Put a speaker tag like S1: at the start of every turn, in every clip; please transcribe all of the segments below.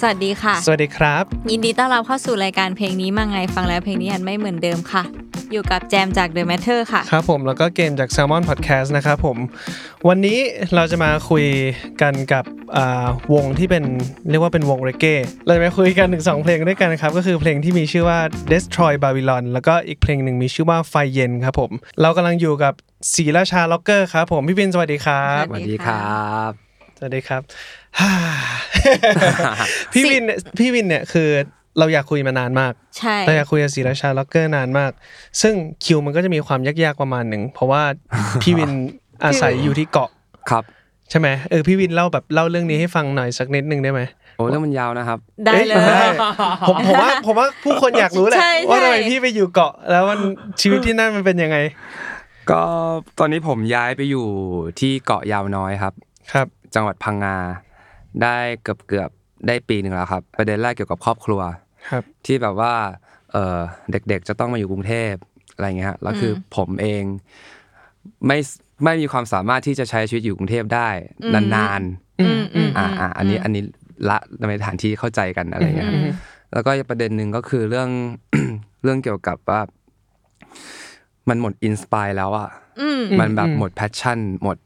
S1: สวัสดีค่ะ
S2: สวัสดีครับ
S1: ยินดีต้อนรับเข้าสู่รายการเพลงนี้มาไงฟังแล้วเพลงนี้อันไม่เหมือนเดิมค่ะ อยู่กับแจมจาก The Matter ค่ะ
S2: ครับผมแล้วก็เกมจาก Salmon Podcast นะครับผม วันนี้เราจะมาคุยกันกับอ่าวงที่เป็นเรียกว่าเป็นวงเรเก้เราจะมาคุยกันถึงสองเพลงด้วยกันครับ ก็คือเพลงที่มีชื่อว่า Destroy Babylon แล้วก็อีกเพลงหนึ่งมีชื่อว่าไฟเย็นครับผม เรากำลังอยู่กับศรีราชาล็อกเกอร์ครับผมพี่บินสวัสดีครับ
S1: ส
S3: ส
S1: วั
S3: วั
S1: ส
S3: ส
S1: ดี
S3: ดี
S1: ค
S3: ค
S1: รั
S3: รับ
S2: สวัสดีครับ พี่วินเนี่ยพี่วินเนี่ยคือเราอยากคุยมานานมาก
S1: ใช่
S2: เราอยากคุยกับศรีราชาล็อกเกอร์นานมาก ซึ่งคิวมันก็จะมีความยากๆประมาณหนึ่ง เพราะว่า พี่ วินอาศัยอยู่ที่เกาะ
S3: ครับ
S2: ใช่ไหมเออพี่วินเล่าแบบเล่าเรื่องนี้ให้ฟังหน่อยสักนิดหนึ่งได้ไหม
S3: โอ้เรื่องมันยาวนะครับ
S1: ได้เลย
S2: อ้ผมผมว่าผมว่าผู้คนอยากรู้แหละ
S1: ใช่
S2: ว่าทำไม
S1: ใช่
S2: พี่ไปอยู่เกาะ แล้วมันชีวิตที่นั่นมันเป็นยังไง
S3: ก็ตอนนี้ผมย้ายไปอยู่ที่เกาะยาวน้อยครับ
S2: ครับ
S3: จังหวัดพังงา ได้เกือบเกือบๆได้ปีหนึ่งแล้วครับ ประเด็นแรกเกี่ยวกับครอบครัว
S2: ครับ
S3: ที่แบบว่าเอ่อเด็กๆจะต้องมาอยู่กรุงเทพอะไรเงี้ยฮะแล้วคืออผมเองไม่ไม่มีความสามารถที่จะใช้ชีวิตอยู่กรุงเทพได้นาน
S1: อืมอืม
S3: ๆอ่าอ่าอันนี้อันนี้ละในฐานที่เข้าใจกันอะไรเงี้ยฮะ แล้วก็ประเด็นหนึ่งก็คือเรื่อง เรื่องเกี่ยวกับว่า มันหมดอินสปายแล้วอะ
S1: อืม
S3: มันแบบ
S2: อืม
S3: หมดแพชชั่น หมด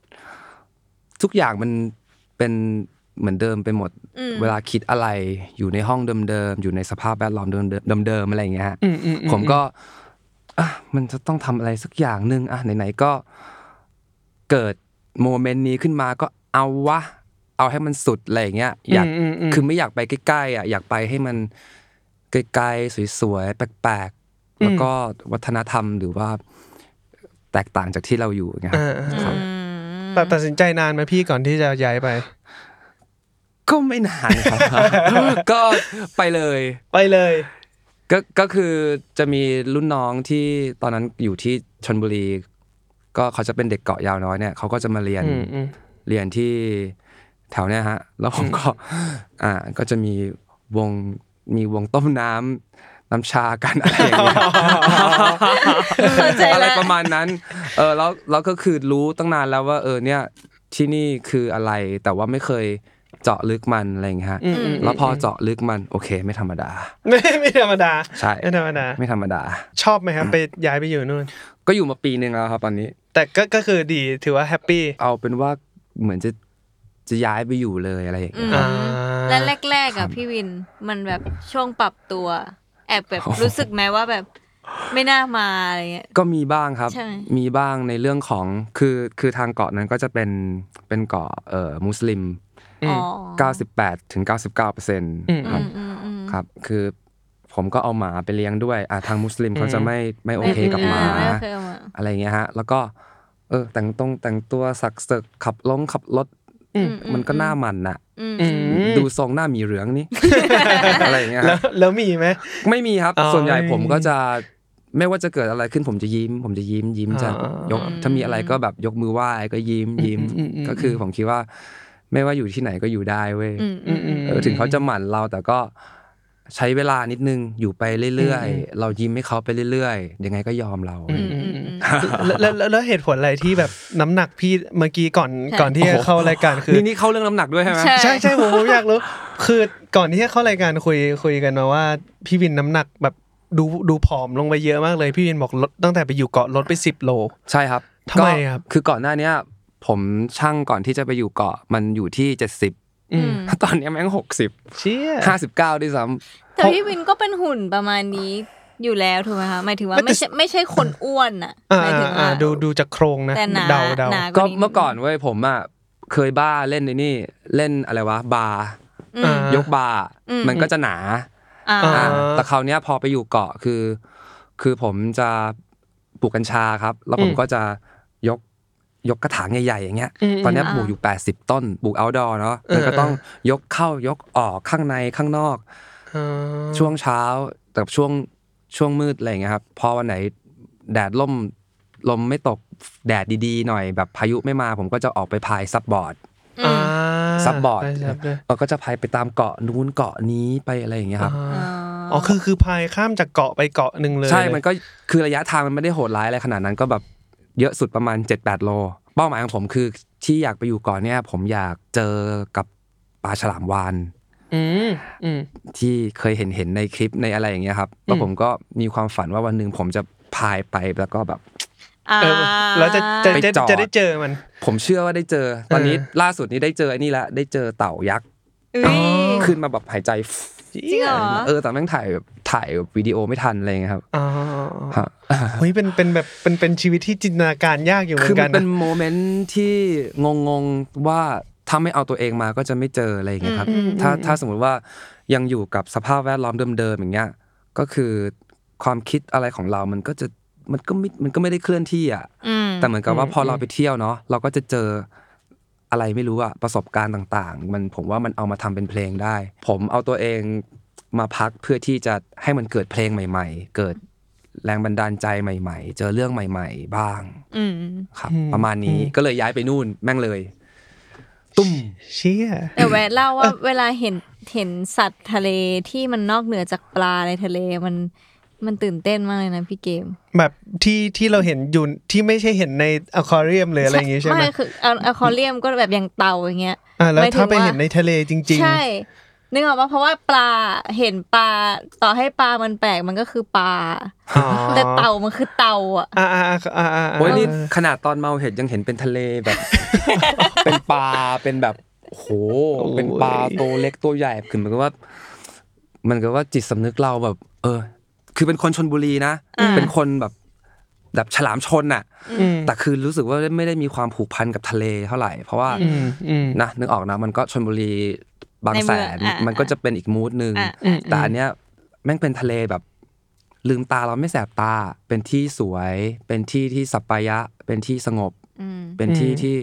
S3: ทุกอย่างมันเป็นเหมือนเดิมไปหมด เวลาคิดอะไรอยู่ในห้องเดิมๆอยู่ในสภาพแวดล้อมเดิมๆเดิมๆอะไรอย่างเงี้ยฮะ
S2: อืมอืม
S3: ผมก็อ่ะมันจะต้องทำอะไรสักอย่างหนึ่งอ่ะไหนๆก็เกิดโมเมนต์นี้ขึ้นมาก็เอาวะ เอาให้มันสุดอะไรอย่างเงี้ยอยาก
S2: มมม
S3: คือไม่อยากไปใกล้ๆอ่ะอยากไปให้มันไกลๆสวยๆแปลก
S2: อืม
S3: ๆ แล้วก็วัฒนธรรมหรือว่าแตกต่างจากที่เราอยู่ไงครับ
S2: อ่าอ่า
S3: ครับ
S2: แต่ตัดสินใจนานไหมพี่ก่อนที่จะย้ายไป
S3: ก็ไม่นานครับ ก็ไปเลย
S2: ไปเลย
S3: ก็ก็คือจะมีรุ่นน้องที่ตอนนั้นอยู่ที่ชนบุรี ก็เขาจะเป็นเด็กเกาะยาวน้อยเนี่ยเขาก็จะมาเรียน
S2: อืมอืม
S3: เรียนที่แถวเนี้ยฮะ แล้วผมก็ อ่า ก็จะมีวง มีวงต้มน้ำน้ำชากันอะไรอย่างเงี้ย
S1: เข้าใจ
S3: อะไร
S1: แล้ว
S3: ประมาณนั้น เออ แล้วแล้วก็คือรู้ตั้งนานแล้วว่า เออ เนี่ย ที่นี่คืออะไร แต่ว่าไม่เคยเจาะลึกมันอะไรอย่างเงี้ยฮะ แล้วพอเจาะลึกมัน โอเค ไม่ธรรมดา
S2: ไม่ไม่ธรรมดา
S3: ใช่
S2: ไม่ธรรมดา
S3: ไม่ธรรมดา
S2: ชอบไหมครับไปย้ายไปอยู่นู่น
S3: ก็อยู่มาปีหนึ่งแล้วครับ ตอนนี้
S2: แต่ก็ก็คือดีถือว่าแฮปปี้
S3: เอาเป็นว่าเหมือนจะ จะย้ายไปอยู่เลยอะไรอย่างเงี้ย
S1: อืม
S2: อ่า
S1: และแรกๆอ่ะพี่วินมันแบบช่วงปรับตัว แอบแบบรู้สึกไหมว่าแบบไม่น่ามาอะไรเงี้ย
S3: ก็มีบ้างครับ
S1: ใช่
S3: มีบ้างในเรื่องของ คือ คือทางเกาะนั้นก็จะเป็น เป็นเกาะ เอ่อ มุสลิม
S1: อ๋อ
S3: 98ถึง99เปอร์เซ็นต์ครับ
S1: อืมอืม
S3: ครับ คือผมก็เอาหมาไปเลี้ยงด้วย อ่ะทางมุสลิมเขาจะไม่ ไม่โอเคกับหมา
S1: ไม่โอเคกับหมา
S3: อะไรอย่างเงี้ยฮะ แล้วก็ เออ แต่งตรงแต่งตัวสักเสกขับลงขับรถ มันก็หน้ามันน่ะ
S2: อืม
S3: ดูทรงหน้ามีเหลืองนี่ อะไรอย่างเงี้ย
S2: แล้
S3: ฮะ
S2: วแล้วมีไหม
S3: ไม่มีครับ
S2: อ๋อ
S3: ส่วนใหญ่ผม
S2: ไม่มี
S3: ก็จะไม่ว่าจะเกิดอะไรขึ้นผมจะยิ้ม ผมจะยิ้มยิ้มจะ
S2: อ๋อย
S3: กถ้ามีอะไรก็แบบยกมือไหว้ก็ยิ้มยิ้ม
S2: อืมอืม
S3: ก็คือผมคิดว่า ไม่ว่าอยู่ที่ไหนก็อยู่ได้เว้ย
S2: อืมอืม
S3: เออถึงเขาจะหมั่นเราแต่ก็ใช้เวลานิดนึงอยู่ไปเรื่อย
S2: อืมอืม
S3: ๆ เรายิ้มให้เขาไปเรื่อยๆยังไงก็ยอมเรา
S2: แล้วแล้วแล้วแล้วเหตุผลอะไรที่แบบน้ำหนักพี่เมื่อกี้ก่อนก่อนที่จะเข้ารายการคือ
S3: นี่นี่เข้าเรื่องน้ำหนักด้วยใช่ไหม
S1: ใช่
S2: ใช่ใช่ผมผมอยากรู้ คือก่อนที่จะเข้ารายการคุยคุยกันมาว่า พี่วินน้ำหนักแบบดูดูผอมลงไปเยอะมากเลย พี่วินบอกลดตั้งแต่ไปอยู่เกาะลดไปสิบโล
S3: ใช่ครับ
S2: ทำไม
S3: ก็
S2: ครับ
S3: คือก่อนหน้าเนี้ย ผมช่างก่อนที่จะไปอยู่เกาะมันอยู่ที่เจ็ดสิบ
S2: อืม
S3: ตอนเนี้ยแม่งหกสิบ
S2: เชี่ย
S3: ห้าสิบเก้าด้วยซ้ำ
S1: แต่พี่วินก็เป็นหุ่นประมาณนี้อยู่แล้วถูกไหมคะหมายถึงว่า
S2: ไม่แต่
S1: ไม่ใช่ไม่ใช่คนอ้วนอ่ะ
S2: อ่า
S1: หมายถึง
S2: อ่า
S1: ว่า
S2: ดูดูจากโครงนะ
S1: แต่หนา
S2: เดาเดา
S1: หนา
S3: ก็
S1: ว่า
S3: เมื่อก่อนเว้ยผมอ่ะเคยบ้าเล่นในนี่เล่นอะไรวะบาร์
S1: อื
S2: อ่า
S1: ม
S3: ยกบาร์
S1: อืม
S3: มันก็จะหนา
S1: อ่า
S2: อ่า
S3: อ่าแต่คราวเนี้ยพอไปอยู่เกาะคือ คือผมจะปลูกกัญชาครับ แล้วผม
S2: อืม
S3: ก็จะยกยกกระถางใหญ่ๆอย่างเงี้ย
S2: อืม
S3: ตอนเนี้ย
S1: อ่า
S3: ปลูกอยู่ 80 ต้นปลูกเอาดอเนาะมันก็
S2: เออ
S3: ต้องยกเข้ายกออกข้างในข้างนอก
S2: อ่า
S3: ช่วงเช้ากับช่วงช่วงมืดอะไรอย่างเงี้ยครับพอวันไหนแดดล่มลมไม่ตกแดดดีๆ หน่อยแบบพายุไม่มา ผมก็จะออกไปพายซับบอร์ด
S1: อืม
S3: ซับบอร์ด
S2: ใช่ซับด้วย
S3: เราก็จะพายไปตามเกาะนู้นเกาะนี้ไปอะไรอย่างเงี้ยครับ
S2: อ่า
S1: อ๋อ
S2: อ๋อคือคือพายข้ามจากเกาะไปเกาะหนึ่งเลย
S3: ใช่ มันก็คือระยะทางมันไม่ได้โหดร้ายอะไรขนาดนั้นก็แบบเยอะสุดประมาณ 7-8 โล เป้าหมายของผมคือที่อยากไปอยู่ก่อนเนี่ย ผมอยากเจอกับปลาฉลามวาน
S2: อืมอืม
S3: ที่เคยเห็นเห็นในคลิปในอะไรอย่างเงี้ยครับแล้ว
S2: อืม
S3: ผมก็มีความฝันว่าวันหนึ่งผมจะพายไปแล้วก็แบบ
S1: อ่า
S2: เออแล้วจะจะ
S3: ไป
S2: จะ
S3: จอด
S2: จะได้เจอมัน
S3: ผมเชื่อว่าได้เจอ ตอนนี้
S2: เออ
S3: ล่าสุดนี้ได้เจอไอ้นี่ละได้เจอเต่ายักษ์
S1: อุ๊ย
S3: ขึ้นมาแบบหายใจ
S1: จริงเหรอ
S3: เออแต่แม่งถ่ายแบบถ่ายแบบวิดีโอไม่ทันอะไรเงี้ยครับ
S2: อ๋อ
S3: ฮะ
S2: เฮ้ยเป็นเป็นแบบเป็นเป็นชีวิตที่จินตนาการยากอยู่เหมื
S3: คือ
S2: อนกั
S3: มัน
S2: น
S3: เป็นโมเมนต์ที่งงงๆว่าถ้าไม่เอาตัวเองมาก็จะไม่เจออะไรอย่างเงี้ยครับ ถ้าถ้าสมมติว่ายังอยู่กับสภาพแวดล้อมเดิมๆอย่างเงี้ยก็คือความคิดอะไรของเรามันก็จะมันก็ไม่มันก็ไม่ได้เคลื่อนที่อ่ะ
S1: อืม
S3: แต่เหมือนกับว่าพอเราไปเที่ยวเนาะเราก็จะเจออะไรไม่รู้อะประสบการณ์ต่าง ๆ มันผมว่ามันเอามาทำเป็นเพลงได้ ผมเอาตัวเองมาพักเพื่อที่จะให้มันเกิดเพลงใหม่ ๆ เกิดแรงบันดาลใจใหม่ ๆ เจอเรื่องใหม่ ๆ บ้าง
S1: อืม
S3: ครับ ประมาณนี้ก็เลยย้ายไปนู่นแม่งเลย ตุ้ม
S2: เชี่ย
S1: แต่แวะเล่าว่าเวลาเห็นเห็นสัตว์ทะเลที่มันนอกเหนือจากปลาในทะเลมันมันตื่นเต้นมากเลยนะพี่เกม
S2: แบบที่ที่เราเห็นอยู่ที่ไม่ใช่เห็นในอควาเรียมเลยอะไรอย่างงี้ใช่ไหม
S1: ไม่คือเอาเอาคอเรียมก็แบบอย่างเต่าอย่างเงี้ย
S2: อ่าแล้ว
S1: หมายถึง
S2: ถ้าไป
S1: ว่า
S2: เห็นในทะเลจริง
S1: ใช่นึกออกปะเพราะว่าปลาเห็นปลาต่อให้ปลามันแปลกมันก็คือปลา
S2: ๆอ๋อ
S1: แต่เต่ามันคือเต่าอ่ะ
S2: อ่าอ่าอ่าอ่า
S3: โอ้ยนี่ขนาดตอนเมาเห็ดยังเห็นเป็นทะเลแบบ เป็นปลาเป็นแบบโอ้โหเป็นปลาตัวเล็กตัวใหญ่คือเหมือนกับว่า มันก็ว่าจิตสำนึกเราแบบ เออ คือเป็นคนชนบุรีนะ
S1: อ่า
S3: เป็นคนแบบ แบบฉลามชนน่ะ
S2: อืม
S3: แต่คือรู้สึกว่าไม่ได้มีความผูกพันกับทะเลเท่าไหร่เพราะว่า
S2: อืมอืม
S3: นะนึกออกนะมันก็ชนบุรีบางแสน
S1: ในเมืองอ่ะ
S3: มันก็จะเป็นอีกมูดหนึ่ง
S1: อ่ะ
S2: อืม
S3: แต่อันเนี้ยแม่งเป็นทะเลแบบ ลืมตาเราไม่แสบตา เป็นที่สวย เป็นที่ที่สัปปายะ เป็นที่สงบ
S1: อืม
S3: เป็นที่
S2: อืม
S3: ที่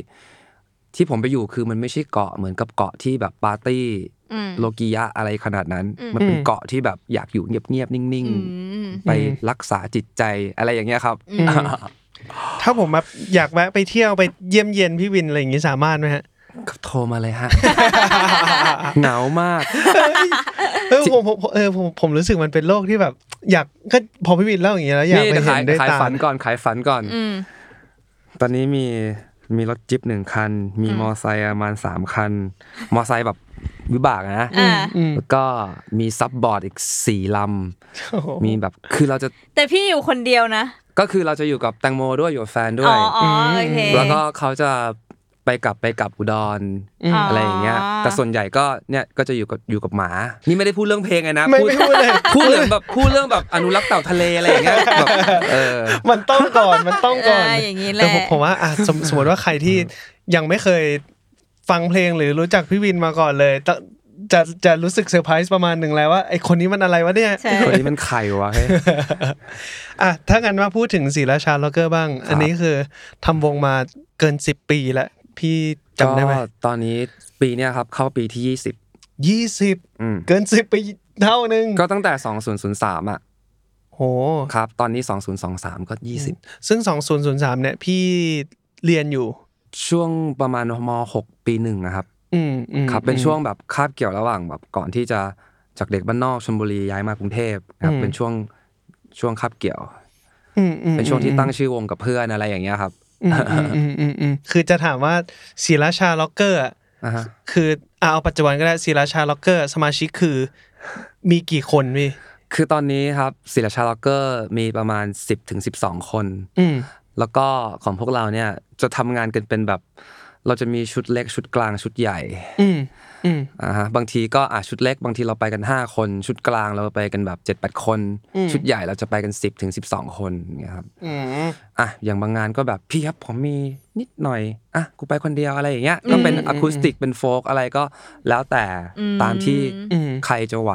S3: ที่ผมไปอยู่คือมันไม่ใช่เกาะเหมือนกับเกาะที่แบบปาร์ตี้
S1: อืม
S3: โลกิยะอะไรขนาดนั้น
S1: อืม
S3: มันเป็นเกาะที่แบบอยากอยู่เงียบๆนิ่ง
S1: อืม
S3: ๆ ไปรักษาจิตใจอะไรอย่างเงี้ยครับ
S1: อืม
S2: ถ้าผมแบบอยากแวะไปเที่ยวไปเยี่ยมเยียนพี่วินอะไรอย่างงี้สามารถไหมฮะ
S3: โทรมา เลยฮะ เหงามาก
S2: เออผมผมผมเออผมผมรู้สึกมันเป็นโลกที่แบบ อยากก็พอพี่วินเล่าอย่างเงี้ยแล้วอยาก
S3: นี่
S2: ไป
S3: จะ
S2: เห็
S3: ขาย
S2: นด้วย
S3: ขาย
S2: ตา
S3: ฝันก่อนขายฝันก่อน
S1: อืม
S3: ตอนนี้มีมีรถจิ๊ปหนึ่งคัน มีมอไซค์ประมาณสามคัน มอไซค์แบบวิบากนะ
S1: อ่า
S2: อืม
S3: แล้วก็มีซับบอร์ดอีกสี่ล
S2: โอ้โห
S3: ำมีแบบคือเราจะ
S1: แต่พี่อยู่คนเดียวนะ
S3: ก็คือเราจะอยู่กับแตงโมด้วยอยู่กับแฟนด้ว
S1: อ๋อย อ๋อโอเค
S3: แล้วก็เขาจะไปกลับไปกลับอุดรอะไรอย่างเงี้ย แต่ส่วนใหญ่ก็เนี่ยก็จะอยู่กับอยู่กับหมา นี่ไม่ได้พูดเรื่องเพลงไงนะ
S2: ไม่ไม่พูดเลย
S3: พูดเรื่องแบบพูดเรื่องแบบอนุรักษ์เต่าทะเลอะไรอย่างเงี้ยแบบเออ
S2: มันต้องก่อนมันต้องก่อน
S1: เอย่างนี้แห
S2: แต่
S1: ละ
S2: ผมผมว่าอ่ะสมสมมติว่าใครที่ยังไม่เคยฟังเพลงหรือรู้จักพี่วินมาก่อนเลยตจะจะรู้สึกเซอร์ไพรส์ประมาณหนึ่งแล้วว่าไอคนนี้มันอะไรวะเนี่ย
S1: ใช่
S3: คนนี้มันใครวะเฮ้ย
S2: อ่ะถ้างั้นมาพูดถึงศรีราชาล็อกเกอร์บ้าง อันนี้คือทำวงมาเกิน 10 ปีแล้ว พี่จำได้ไหม
S3: ก็ตอนนี้ปีเนี้ยครับเข้าปีที่
S2: ยี่สิบ
S3: อืม
S2: เกินสิบไปเท่านึง
S3: 20 ก็ตั้งแต่ 2003อ่ะ
S2: โห
S3: ครับ ตอนนี้ 2023 ก็ 20
S2: ซึ่ง 2003 เนี่ย พี่เรียนอยู่
S3: ช่วงประมาณม .6 ปีหนึ่งนะครับ
S2: อืมอืม
S3: ครับเป็น
S2: อืม
S3: ช่วงแบบคาบเกี่ยวระหว่างแบบก่อนที่จะจากเด็กบ้านนอกชลบุรีย้ายมากรุงเทพนะครับ
S2: อืม
S3: เป็นช่วงช่วงคาบเกี่ยว
S2: อืมอืม
S3: เป็นช่วงที่ตั้งชื่อวงกับเพื่อนอะไรอย่างเงี้ยครับ
S2: อืมอืมอืมอืมอืมคือจะถามว่าศิราชาล็อกเกอร์อะ
S3: อ่าฮะ
S2: คืออ่ะเอาปัจจุบันก็ได้ศิราชาล็อกเกอร์ สมาชิกคือมีกี่คนพี่
S3: คือตอนนี้ครับศิลาชาล็อกเกอร์มีประมาณ 10ถึง12 คน
S2: อืม
S3: แล้วก็ของพวกเราเนี่ยจะทำงานกันเป็นแบบ เราจะมีชุดเล็กชุดกลางชุดใหญ่
S2: อืมอืม
S3: อ่าฮะบางทีก็อ่ะชุดเล็กบางทีเราไปกัน 5 คน ชุดกลางเราไปกันแบบ7จ็ดแปดคน
S2: อืม
S3: ชุดใหญ่เราจะไปกัน 10ถึง12 คนอย่างเงี้ยครับ
S2: อืม
S3: อ่ะอย่างบางงานก็แบบพี่ครับผมมีนิดหน่อยอ่ะกูไปคนเดียวอะไรอย่างเงี้ยก็เป็นอะคูสติกเป็นโฟกอะไรก็แล้วแต่
S1: อืม
S3: ตามที่
S2: อืม
S3: ใครจะไหว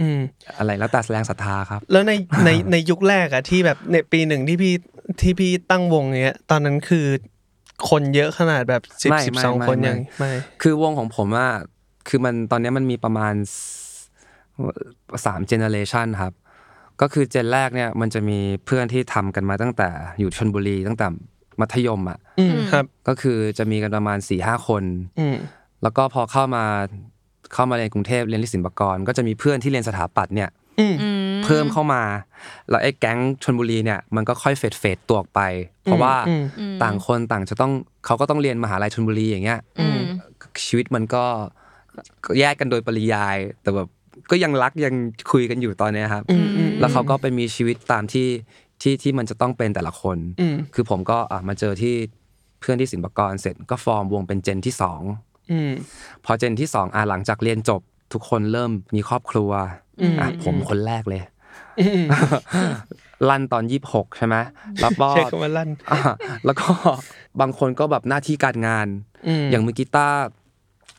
S2: อืม
S3: อะไรแล้วแต่แรงศรัทธาครับ
S2: แล้วในในในยุคแรกอะที่แบบในปีหนึ่งที่พี่ที่พี่ตั้งวงเนี้ย ตอนนั้นคือคนเยอะขนาดแบบสิบ
S3: ไม่
S2: สิบ
S3: ไม่
S2: สอง
S3: ไม่
S2: คน
S3: ไม่
S2: ยังไม่
S3: คือวงของผมอ่ะคือมันตอนเนี้ยมันมีประมาณสามเจเนอเรชันครับ ก็คือเจนแรกเนี่ยมันจะมีเพื่อนที่ทำกันมาตั้งแต่อยู่ชนบุรีตั้งแต่มัธยมอ่ะ
S2: อืมครับ
S3: ก็คือจะมีกันประมาณ4ี่ห้าคน
S2: อืม
S3: แล้วก็พอเข้ามาเข้ามาเรียนกรุงเทพเรียนที่ศิลปากร ก็จะมีเพื่อนที่เรียนสถาปัตย์เนี่ย
S2: อืม
S1: อื
S3: เพิ่มเข้ามา แล้วไอ้แก๊งชนบุรีเนี่ยมันก็ค่อยเฟดเฟดตัวออกไป เพราะว่า
S2: อืม
S1: อืม
S3: ต่างคนต่างจะต้องเขาก็ต้องเรียนมหาลัยชนบุรีอย่างเงี้ย
S1: อืม
S3: ชีวิตมันก็ก็แยกกันโดยปริยาย แต่แบบก็ยังรักยังคุยกันอยู่ตอนเนี้ยครับ
S2: อืมอืม
S3: แล้วเขาก็ไปมีชีวิตตามที่ที่ที่มันจะต้องเป็นแต่ละคน
S2: อืม
S3: คือผมก็อ่ะมาเจอที่เพื่อนที่ศิลปากรเสร็จก็ฟอร์มวงเป็นเจนที่สอง
S2: อืม
S3: พอเจนที่สองอ่ะหลังจากเรียนจบ ทุกคนเริ่มมีครอบครัว
S2: อืม
S3: อ่ะผมคนแรกเลย
S2: อืม
S3: ลั่นตอนยี่สิบหกใช่ไหมแล้วก็
S2: ใช้ค ำว่าลั่น
S3: อ่ะแล้วก็บางคนก็แบบหน้าที่การงาน
S2: ม
S3: อย่างมือกีตาร์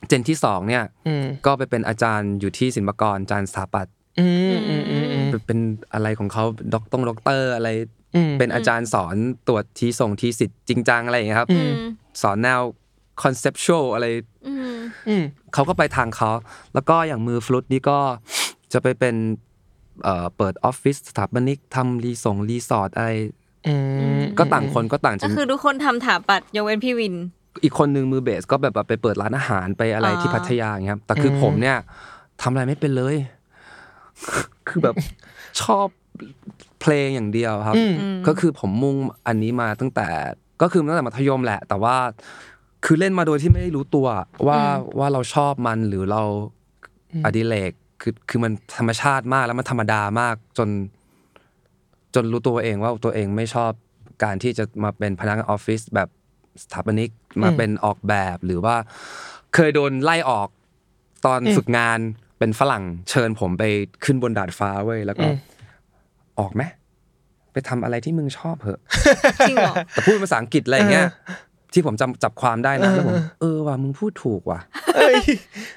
S3: เจนที่สองเนี่ย
S2: อืม
S3: ก็ไปเป็นอาจารย์อยู่ที่ศิลปากรอาจารย์สถาปัตย์
S2: อืมอืมอืมอืม
S3: ไปเป็นอะไรของเขาด็อกตรงด็อกเตอร์อะไร
S2: อืม
S3: เป็นอาจารย์สอนตรวจทีส่งทีสิทธิ์จริงจังอะไรอย่างเงี้ยครับ
S2: อื
S1: อืม
S3: สอนแนวคอนเซปชวลอะไร
S1: อืม
S2: อืม
S3: เขาก็ไปทางเขา แล้วก็อย่างมือฟลุตนี่ก็ จะไปเป็นเอ่อเปิดออฟฟิศสถาปนิกทำรีส่งรีสอร์ทอะไร
S2: อืม
S3: ก็ต่างคนก็ต่างจะ
S1: ก็คือทุกคนทำถาปัดยกเว้นพี่วิน
S3: อีกคนนึงมือเบสก็แบบว่าไปเปิดร้านอาหารไปอะไรที่พัทยาอย่างเงี้ยครับแต่คือผมเนี่ยทำอะไรไม่เป็นเลย คือแบบชอบเพลงอย่างเดียวครับ
S2: อืม
S3: ก็คือผมมุ่งอันนี้มาตั้งแต่ก็คือตั้งแต่มัธยมแหละ แต่ว่าคือเล่นมาโดยที่ไม่ได้รู้ตัวว่าว่าเราชอบมันหรือเราอดิเรกคือคือมันธรรมชาติมากแล้วมันธรรมดามากจน จนรู้ตัวเองว่าตัวเองไม่ชอบการที่จะมาเป็นพนักงานออฟฟิศแบบสถาปนิกมาเป็นออกแบบหรือว่า เคยโดนไล่ออกตอน
S2: อืม
S3: ฝึกงานเป็นฝรั่งเชิญผมไปขึ้นบนดาดฟ้าเว้ยแล้วก็
S2: อืม
S3: ออกไหมไปทำอะไรที่มึงชอบเหอะ
S1: จริงเหร อ
S3: แต่พูดภาษาอังกฤษอะไรอย่างเงี้ย ที่ผมจำจับความได้นะแล้วผม
S2: เออ
S3: เออว่ะมึงพูดถูกว่ะ
S2: เอ้ย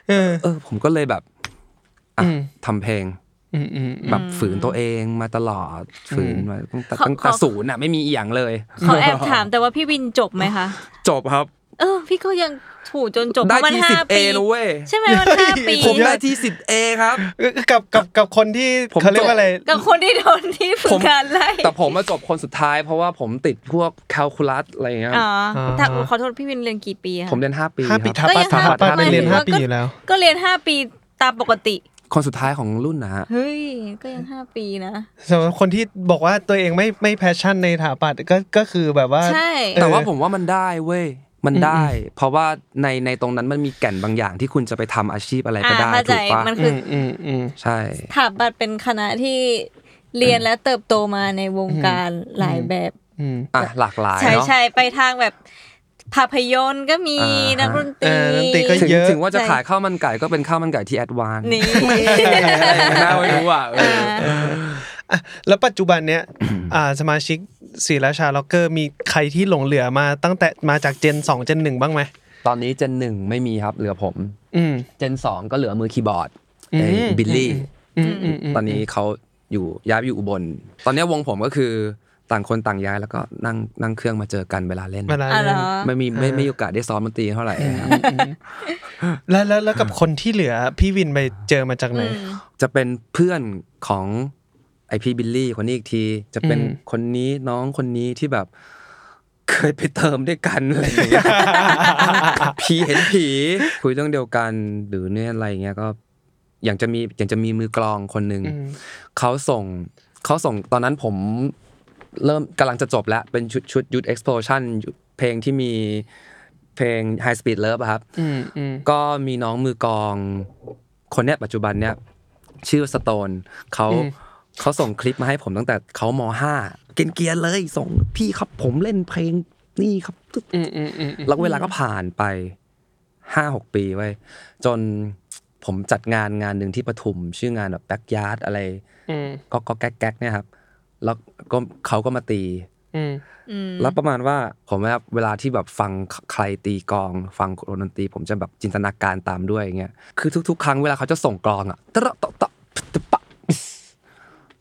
S2: เออ
S3: เออ ผมก็เลยแบบอ่ะ
S2: อืม
S3: ทำเพลง
S2: อืมอืม
S3: แบบฝืนตัวเองมาตลอดฝืนมาตั้งแต่
S1: ขอ
S3: ตั้งแต่
S1: ขอ
S3: ศูนย์อ่ะไม่มีอีหยังเลย
S1: เขาแอบถามแต่ว่าพี่วินจบไหมคะ
S3: จบครับ
S1: เออ พี่ก็ยังถูกจนจบ
S3: ได้
S1: มัน
S3: ที่
S1: ห้า
S3: สิบเอ
S1: ปี
S3: นะเว้ย
S1: ใช่ไหมมันห้าปี
S3: ผม
S2: เยอะ
S3: ได้ที่สิบเอครับ
S2: กับกับกับคนที่
S3: ผม
S2: เขาเรียกว่าอะไร
S1: กับคนที่โดนที่ฝึ
S3: ผ
S1: ก
S3: ม
S1: งานไล่
S3: แต่ผมมาจบคนสุดท้ายเพราะว่าผมติดพวกแคลคูลัสอะไรอย่างเงี้ย
S1: อ๋อ
S2: อ่า
S1: ถ้าขอโทษพี่วินเรียนกี่ปีอะ
S3: ผมเรียนห้าปีค
S2: ห้า
S3: รับ
S2: ปีทับปัด
S1: ก็ยั
S2: ทับ
S1: งห้า
S2: ปัดทับเรียนห้าปีอยู่แล้ว
S1: ก็เรียนห้าปีตามปกติ
S3: คนสุดท้ายของรุ่นนะฮะ
S1: เฮ้ย ก็ยังห้าปีนะ
S2: สำหรับคนที่บอกว่าตัวเองไม่ไม่แพชชั่นในสถาปัตย์ก็ก็คือแบบว่า
S1: ใช่
S2: เออ
S3: แต่ว่าผมว่ามันได้เว้ยมันได้ เพราะว่าในในตรงนั้นมันมีแก่นบางอย่างที่คุณจะไปทำอาชีพอะไรก็
S1: อ่า
S3: ได้
S1: เข้าใจ
S3: ถูกปะ
S1: มันคื
S2: อื
S1: อ
S2: มอืมอืม
S3: ใช่
S1: ถาบัตรเป็นคณะที่เรียนและเติบโตมาในวงการหลายแบบ
S2: อืม
S3: อ่ะหลากหลาย
S1: ใช่
S3: เนาะ
S1: ใช่ไปทางแบบภาพยนตร์ก็มี
S3: อ่าฮะ
S1: นักดนตรี
S2: เออดนตรีก็
S3: ถึง
S2: เยอะ
S3: ถึงว่าจะขายข้าวมันไก่ก็เป็นข้าวมันไก่ที่แอดวานซ์
S1: นี่
S3: น่าไม่รู้อ่ะเออ
S2: อ่ะแล้วปัจจุบันเนี้ย อ่าสมาชิกศรีราชาล็อกเกอร์มีใครที่หลงเหลือมาตั้งแต่มาจากเจนสองเจนหนึ่งบ้างไหม
S3: ตอนนี้เจนหนึ่งไม่มีครับเหลือผม
S2: อืม
S3: เจนสองก็เหลือมือคีย์บอร์ด
S2: อืม
S3: ไอ้บิลลี่
S2: อืมอืมม
S3: ตอนนี้เขาอยู่ย้ายไปอยู่อุบล ตอนเนี้ยวงผมก็คือต่างคนต่างย้ายแล้วก็นั่งนั่งเครื่องมาเจอกันเวลาเล่น
S2: เวลา
S1: อ๋อเหร
S2: เล่
S1: อ
S2: น
S3: ไม่มีไม่ไม่มีโอกาสได้ซ้อมดนตรีเท่าไหร่ครับ
S2: แล้วแล้วแล้วกับคนที่เหลือพี่วินไปเจอมาจากไหน
S3: จะเป็นเพื่อนของไอพี่บิลลี่คนนี้อีกที จะเป็น
S2: อืม
S3: คนนี้น้องคนนี้ที่แบบ เคยไปเติมด้วยกัน อะไรอย่างเงี้ย ผีเห็นผีคุยเรื่องเดียวกันหรือเนี่ยอะไรอย่างเงี้ยก็อย่างจะมีอย่างจะมีมือกลองคนหนึ่ง
S2: อืม
S3: เขาส่งเขาส่งตอนนั้นผมเริ่มกำลังจะจบแล้ว เป็นชุดชุดยุทธ explosion ยุทธเพลงที่มีเพลง high speed love อะครับ
S2: อืมอืม
S3: ก็มีน้องมือกลอง คนเนี้ยปัจจุบันเนี้ยชื่อสโตนเขา
S2: อืม
S3: เขาส่งคลิปมาให้ผมตั้งแต่เขามห้าเกรียนๆเลย ส่งพี่ครับผมเล่นเพลงนี่ครับตึ๊บ
S2: อืมอืมอืมอืม
S3: แล้วเวลาก็ผ่านไปห้าหกปีไว้ยจนผมจัดงานงานหนึ่งที่ปทุม ชื่องานแบบแบ็กยาร์ดอะไร
S2: อืม
S3: ก็ก็แก๊กแก๊กเนี่ยครับ แล้วก็เขาก็มาตี
S2: อืม
S1: อืม
S3: แล้วประมาณว่าผมแบบเวลาที่แบบฟังใครตีกลอง ฟังคนดนตรี ผมจะแบบจินตนาการตามด้วยอย่างเงี้ยคือทุก ๆ ครั้งเวลาเขาจะส่งกลองอ่ะตะระตะตะตะปะ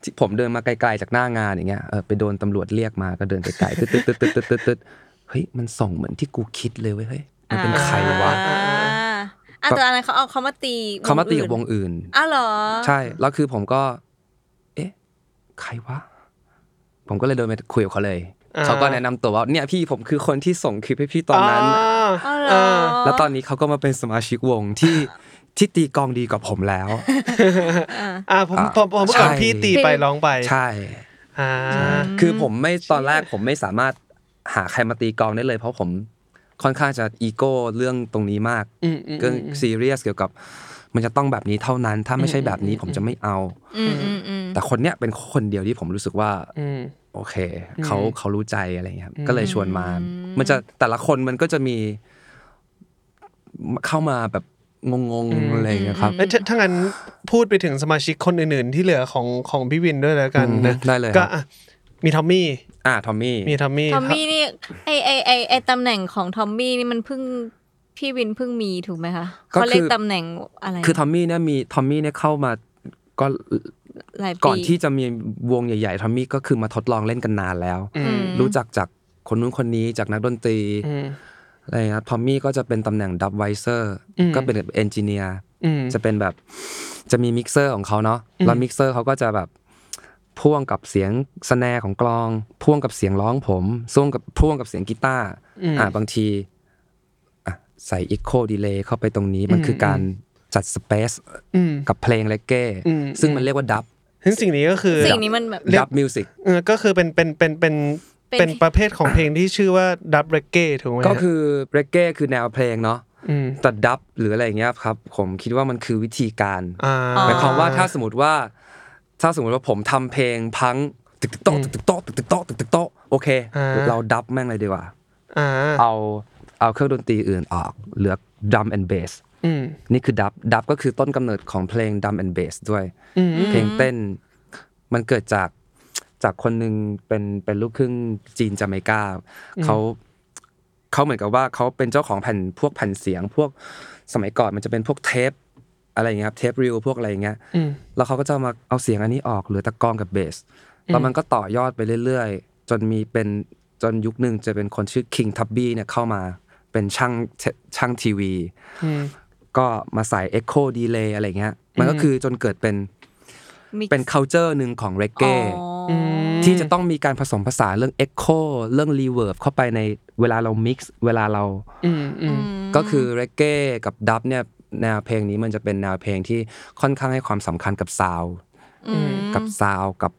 S3: ที่ผมเดินมาไกลๆจากหน้างานอย่างเงี้ยเออไปโดนตำรวจเรียกมาก็เดินไกลๆตึ๊ดตึ๊ดตึ๊ดตึ๊ดตึ๊ดตึ๊ดตึ๊ดเฮ้ยมันส่งเหมือนที่กูคิดเลยเว้ยเฮ้ยมันเป็นใครวะ
S1: อ่าอ่ะแต่อันนั้นเขาเอาเขามาตีวงอื่น
S3: เขามาตีกับวงอื่น
S1: อ้าวเหรอ
S3: ใช่ แล้วคือผมก็ เอ๊ะ ใครวะ ผมก็เลยเดินไปคุยกับเขาเลย
S2: อ่า
S3: เขาก็แนะนำตัวว่าเนี่ยพี่ผมคือคนที่ส่งคลิปให้พี่ตอนนั้น
S1: อ๋
S2: อ่า
S1: อเหรอ
S2: เออ
S3: แล้วตอนนี้เขาก็มาเป็นสมาชิกวงที่ ที่ตีกลองดีกว่าผมแล้ว
S1: อ่า
S2: อ่าผม
S3: อ่า
S2: ผมผมเมื่อก่อน
S3: ใช่
S2: พี่ตีไปร้องไป
S3: ใช่
S2: อ่า
S3: คือผมไม่ตอนแรกผมไม่สามารถหาใครมาตีกลองได้เลย เพราะผมค่อนข้างจะอีโก้เรื่องตรงนี้มาก
S2: อืมอืม
S3: เรื่องซีเรียสเกี่ยวกับ มันจะต้องแบบนี้เท่านั้น ถ้าไม่ใช่แบบนี้ผมจะไม่เอา
S1: อืมอืมอืม
S3: แต่คนเนี้ยเป็นคนเดียวที่ผมรู้สึกว่า
S2: อืม
S3: โอเคเขาเขารู้ใจอะไรอย่างเงี้ยครับ
S2: อืม
S3: ก็เลยชวนมา มันจะแต่ละคนมันก็จะมีเข้ามาแบบงงๆอะไรอย่างเงี้ยครับ
S2: เอ้ยถ้าถ้างั้นพูดไปถึงสมาชิกคนอื่นๆ ที่เหลือของของพี่วินด้วยแล้วกันนะ
S3: อืมได้เลยครับ
S2: ก็อ่ะมีทอมมี่
S3: อ่าทอมมี่
S2: มีทอมมี่
S1: ทอมมี่นี่ไอไอไอไอตำแหน่งของทอมมี่นี่มันเพิ่งพี่วินเพิ่งมีถูกไหมคะเขาเรียกตำแหน่งอะไร
S3: คือทอมมี่เนี่ยมีทอมมี่เนี่ยเข้ามาก็
S1: หลายปี
S3: ก่อนที่จะมีวงใหญ่ๆทอมมี่ก็คือมาทดลองเล่นกันนานแล้ว
S1: อืม
S3: รู้จักจากคนนู้นคนนี้จากนักดนตรี
S2: อืม
S3: อะไรอย่างเงี้ยครับทอมมี่ก็จะเป็นตำแหน่งดับไวเซอร์
S2: อืม
S3: ก็เป็นเอนจิเนียร์
S2: อืม
S3: จะเป็นแบบจะมีมิกเซอร์ของเขาเนาะแล้วมิกเซอร์เขาก็จะแบบพ่วงกับเสียงสแนร์ของกลอง พ่วงกับเสียงร้องผมส่วงกับพ่วงกับเสียงกีตาร์
S2: อืม
S3: อ่าบางทีอ่ะใส่อีโคดีเลย์เข้าไปตรงนี้มันคืออการจัดสเปซ
S2: อืม
S3: กับเพลงเลเก้
S2: อืม
S3: ซึ่งมันเรียกว่าดับ
S2: ซึ่งสิ่งนี้ก็คือ
S1: สิ่งนี้มันแบบ
S3: ดับมิวสิก
S2: เออก็คือเป็นเป็นเป็นเป็น
S1: เป็น
S2: เป็นประเภทของเพลงที่ชื่อว่าดับเรเก้ถูกไหมฮะ
S3: ก็คือเลเก้คือแนวเพลงเนาะ
S2: ม
S3: แต่ดับหรืออะไรอย่างเงี้ยครับ ผมคิดว่ามันคือวิธีการ
S2: อ่า
S3: หมายความว่าถ้าสมมติว่าถ้าสมมติว่าผมทำเพลงพังตึกตึกโต๊ะตึกตึกโต๊ะตึกตึกโต๊ะตึกตึกโต๊ะโอเค
S2: อ่า
S3: เราดับแม่งเลยดีกว่า
S2: อ่า
S3: เอาเอาเครื่องดนตรีอื่นออก เหลือดัมแอนเบส
S2: อืม
S3: นี่คือดับดับก็คือต้นกำเนิดของเพลงดัมแอนเบสด้วย
S2: อืม
S3: เพลงเต้นมันเกิดจากจากคนหนึ่งเป็นเป็นลูกครึ่งจีนจาเมกาเขาเขาเหมือนกับว่าเขาเป็นเจ้าของแผ่นพวกแผ่นเสียง พวกสมัยก่อนมันจะเป็นพวกเทปอะไรอย่างเงี้ยครับเทปรีวพวกอะไรอย่างเงี้ย
S2: อืม
S3: แล้วเขาก็จะมาเอาเสียงอันนี้ออกเหลือแตะกลองกับเบส แล้วมันก็ต่อยอดไปเรื่อยๆ จนมีเป็นจนยุคหนึ่งจะเป็นคนชื่อคิงทับบี้เนี่ยเข้ามาเป็นช่างเทช่างทีวี
S2: อืม
S3: ก็มาใส่เอ็กโคดีเลย์อะไรเงี้ย มันก็คือจนเกิดเป็น
S1: มี
S3: เป็น c u เจอร์หนึ่งของเรเก้
S1: อ๋ออ
S3: ที่จะต้องมีการผสมผสานเรื่องเอ็กโคเรื่องรีเวิร์บเข้าไปในเวลาเรามิกซ์เวลาเรา
S2: อืมอืม
S3: ก็คือเรเก้กับดับเนี่ยแนวเพลงนี้มันจะเป็นแนวเพลงที่ค่อนข้างให้ความสำคัญกับซาวด์กับซาวด์กับ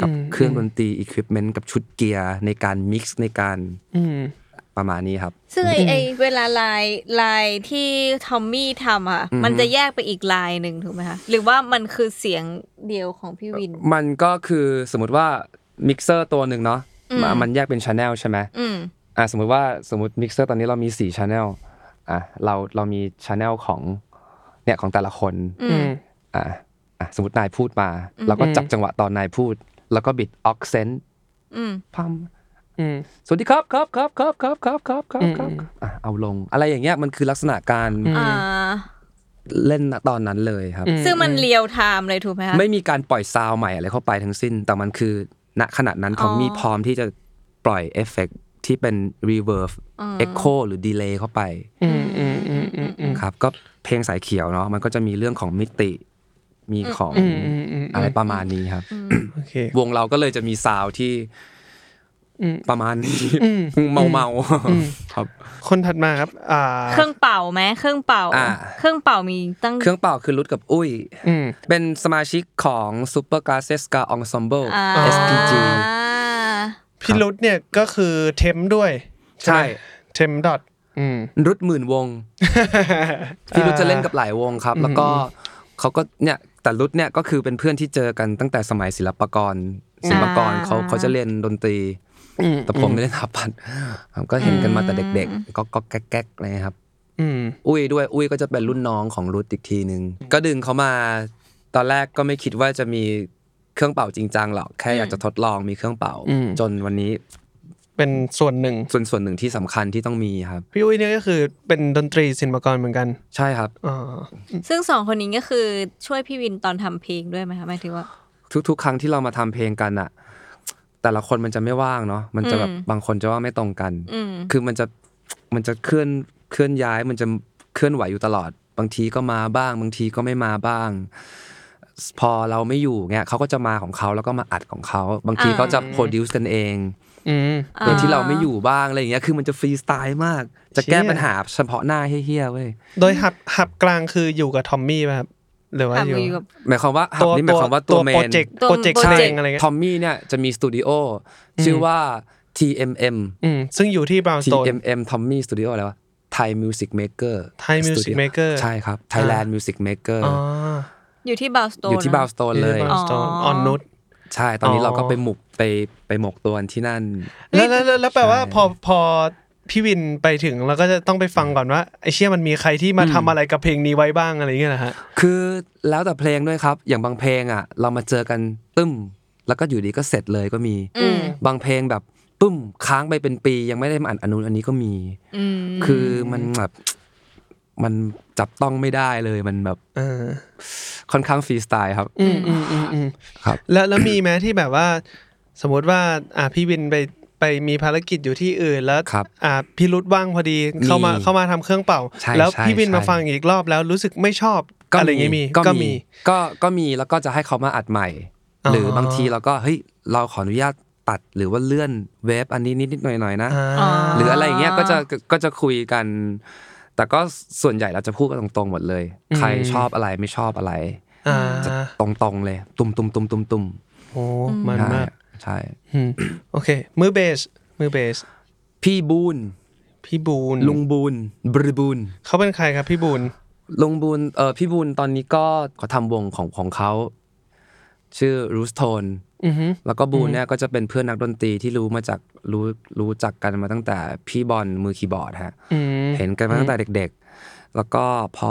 S3: กับ
S2: อืม
S3: เครื่องดนตรีอุปกรณ์กับชุดเกียร์ในการมิกซ์ในการ
S2: อืม
S3: ประมาณนี้ครับ
S1: ซึ่งไอไอเวลาลายลายที่ทอมมี่ทำอะมันจะแยกไปอีกลายหนึ่งถูกไหมคะหรือว่ามันคือเสียงเดียวของพี่วิน
S3: มันก็คือสมมติว่ามิกเซอร์ตัวหนึ่งเนาะมามันแยกเป็นชแนลใช่ไหม
S1: อืม
S3: อ่ะสมมติว่าสมมติมิกเซอร์ตอนนี้เรามี4ชแนลอ่ะเราเรามีชแนลของเนี่ยของแต่ละคน
S1: อื
S2: อื
S1: ม
S2: ม
S3: อ่ะอ่ะสมมตินายพูดมาเราก็จับจังหวะตอนนายพูด แล้วก็บิดออกเซนต์
S1: อืม
S3: พัม
S2: อืม
S3: สวัสดีครับครับครับครับครับครับครับครับครับ
S2: อืม
S3: อ่ะเอาลง อะไรอย่างเงี้ยมันคือลักษณะการ
S1: อ่า
S3: เล่นณตอนนั้นเลยครับ
S1: ซึ่งมันเรียวไทม์เลยถูกไหมคะ
S3: ไม่มีการปล่อยซาวด์ใหม่อะไรเข้าไปทั้งสิ้น แต่มันคือณขณะนั้นทอมมี่พร้อมที่จะปล่อยเอฟเฟกต์ที่เป็นรีเวิร์ฟเอ็กโคหรือดีเลย์เข้าไป
S2: อืมอืมอืมอืมอืม
S3: ครับก็เพลงสายเขียวเนาะมันก็จะมีเรื่องของมิติมีของ
S2: อืมอืมอืม
S3: อะไรประมาณนี้ครับ
S2: โอเค
S3: วงเราก็เลยจะมีซาวด์ที่
S2: อืม
S3: ประมาณนี้เมาเมาๆครับ
S2: คนถัดมาครับ อ่า
S1: เครื่องเป่าไหมเครื่องเป่า
S3: อ่า
S1: เครื่องเป่ามีตั้ง
S3: เครื่องเป่าคือรุดกับอุ้ย
S2: อืม
S3: เป็นสมาชิกของ Super g l a s s e s k a Ensemble
S1: อ่า
S3: SPG
S2: พี่รุดเนี่ยก็คือเทมด้วย
S3: ใช่
S2: ไหมเทมดอทอืม
S3: รุดหมื่นวง พี่รุดจะเล่นกับหลายวงครับ แล้วก็เขาก็เนี่ยแต่รุดเนี่ยก็คือเป็นเพื่อนที่เจอกันตั้งแต่สมัยศิลปากร ศิลปากร
S1: อ่า
S3: เขาเขาจะเรียนดนตรี
S2: อืม
S3: แต่ผมไม่ได้ ทับพันครับก็เห็นกันมาแต่เด็ก ๆ ก็ก็แก๊กๆอะไรครับ
S2: อืม
S3: อุ้ยด้วยอุ้ยก็จะเป็นรุ่นน้องของรุตอีกทีหนึ่งก็ดึงเขามา ตอนแรกก็ไม่คิดว่าจะมีเครื่องเป่าจริงจังหรอกแค่อยากจะทดลองมีเครื่องเป่า
S2: อืม
S3: จนวันนี้
S2: เป็นส่วนหนึ่ง
S3: ส่วนส่วนหนึ่งที่สำคัญที่ต้องมีครับ
S2: พี่อุ้ยเนี่ยก็คือเป็นดนตรีศิลปากรเหมือนกัน
S3: ใช่ครับ
S2: อ๋อ
S1: ซึ่งสองคนนี้ก็คือช่วยพี่วินตอนทำเพลงด้วยไหมคะหมายถึงว่า
S3: ทุก ๆ ครั้งที่เรามาทำเพลงกันอะแต่ละคนมันจะไม่ว่างเนาะมันจะแบบบางคนจะว่าไม่ตรงกัน
S1: อืม
S3: คือมันจะมันจะเคลื่อนเคลื่อนย้ายมันจะเคลื่อนไหวอยู่ตลอด บางทีก็มาบ้าง บางทีก็ไม่มาบ้าง พอเราไม่อยู่เงี้ยเขาก็จะมาของเขาแล้วก็มาอัดของเขา บางทีเขาจะโปรดิวซ์กันเอง
S2: อืม
S3: โดยที่เราไม่อยู่บ้างอะไรอย่างเงี้ย คือมันจะฟรีสไตล์มาก จะแก้
S2: เชี่ย
S3: ปัญหาเฉพาะหน้าเฮี้ยๆเว้ย
S2: โดยหับหับกลางคืออยู่กับทอมมี่ป่ะครับหรือว่า
S1: ทำ
S2: อ
S1: อยู่ ยู่กับ
S3: หมายความว่าหับ
S2: ตัว
S3: นี่หมาย
S2: ตัว
S3: ความว่าตั
S2: ตัวว
S3: เม
S2: โปร
S3: น
S2: เจกต์
S1: ตัว
S2: โปรเจกต์
S1: ใช่
S2: เพลงอะไรเงี้ย
S3: ทอมมี่เนี่ยจะมีสตูดิโอชื่อว่า TMM
S2: อืมซึ่งอยู่ที่บราวน์สโตน
S3: TMM Tommy Studio อะไรวะ Thai Music Maker
S2: Thai Music
S3: Studio
S2: Maker
S3: ใช่ครับ Thailand Music Maker
S2: อ๋อ
S1: อยู่ที่บาวสโตน
S3: อยู่ที่บาวสโตนเลย
S2: บราวน์สโตน
S1: อ๋อ
S2: อ
S1: อ่
S2: อนนุช
S3: ใช่ ตอนนี้
S2: อ๋อ
S3: เราก็ไปหมกไปไปหมกตัวที่นั่น
S2: แล้วแล้วแล้วแล้วแปลว่าพอพอพี่วินไปถึงเราก็จะต้องไปฟังก่อนว่าไอเชี่ยมันมีใครที่มาทำอะไรกับเพลงนี้ไว้บ้างอะไรเงี้ยนะฮะ
S3: คือแล้วแต่เพลงด้วยครับ อย่างบางเพลงอ่ะ เรามาเจอกันตึ้ม แล้วก็อยู่ดีก็เสร็จเลยก็มี
S1: อืม
S3: บางเพลงแบบปึ้มค้างไปเป็นปี ยังไม่ได้มาอ่านอนนุนอันนี้ก็มี
S1: อืม
S3: คือมันแบบมันจับต้องไม่ได้เลยมันแบบ
S2: เออ
S3: ค่อนข้างฟรีสไตล์ครับ
S2: อืมอืมอืมอืม
S3: ครับ
S2: แล้วแล้วมีไหมที่แบบว่า สมมติว่า อ่าพี่วินไปไปมีภารกิจอยู่ที่อื่นแล้ว
S3: ครับ
S2: อ่าพี่รุดว่างพอดีเข้ามา
S3: มี
S2: เข้ามาทำเครื่องเป่า
S3: ใช่
S2: แล้ว
S3: ใช่
S2: พี่วิน
S3: ใช่
S2: มาฟังอีกรอบแล้วรู้สึกไม่ชอบอะไรอย่างงี้มี
S3: ก็
S2: ก็
S3: มี
S2: มี
S3: ก็ก็มีแล้วก็จะให้เขามาอัดใหม่
S2: อ๋อ
S3: หรือบางทีเราก็เฮ้ยเราขออนุญาตตัดหรือว่าเลื่อนเวฟอันนี้นิดๆหน่อยๆนะ
S2: อ่า
S1: อ๋อ
S3: หรืออะไรอย่างเงี้ยก็จะก็จะคุยกัน แต่ก็ส่วนใหญ่เราจะพูดกันตรงๆหมดเลย ใครชอบอะไรไม่ชอบอะไร
S2: อ่า
S3: ตรงๆเลย ตุ่มๆตุ่มๆตุ่มๆตุ่ม
S2: โอ้มัน
S3: ใช่
S2: มาก
S3: ใช่
S2: อืมโอเค มือเบสมือเบส
S3: พี่บูน
S2: พี่บูน
S3: ลุงบูนบรบูน
S2: เขาเป็นใครครับพี่บูน
S3: ลุงบุญเออพี่บุญตอนนี้ก็เขาทำวงของของเขา ชื่อ Root Tone
S2: อือฮึ
S3: แล้วก็บูญเนี่ยก็จะเป็นเพื่อนนักดนตรีที่รู้มาจากรู้รู้จักกันมาตั้งแต่พี่บอลมือคีย์บอร์ดฮะ
S2: อืม
S3: เห็นกันมาตั้งแต่เด็กๆ แล้วก็พอ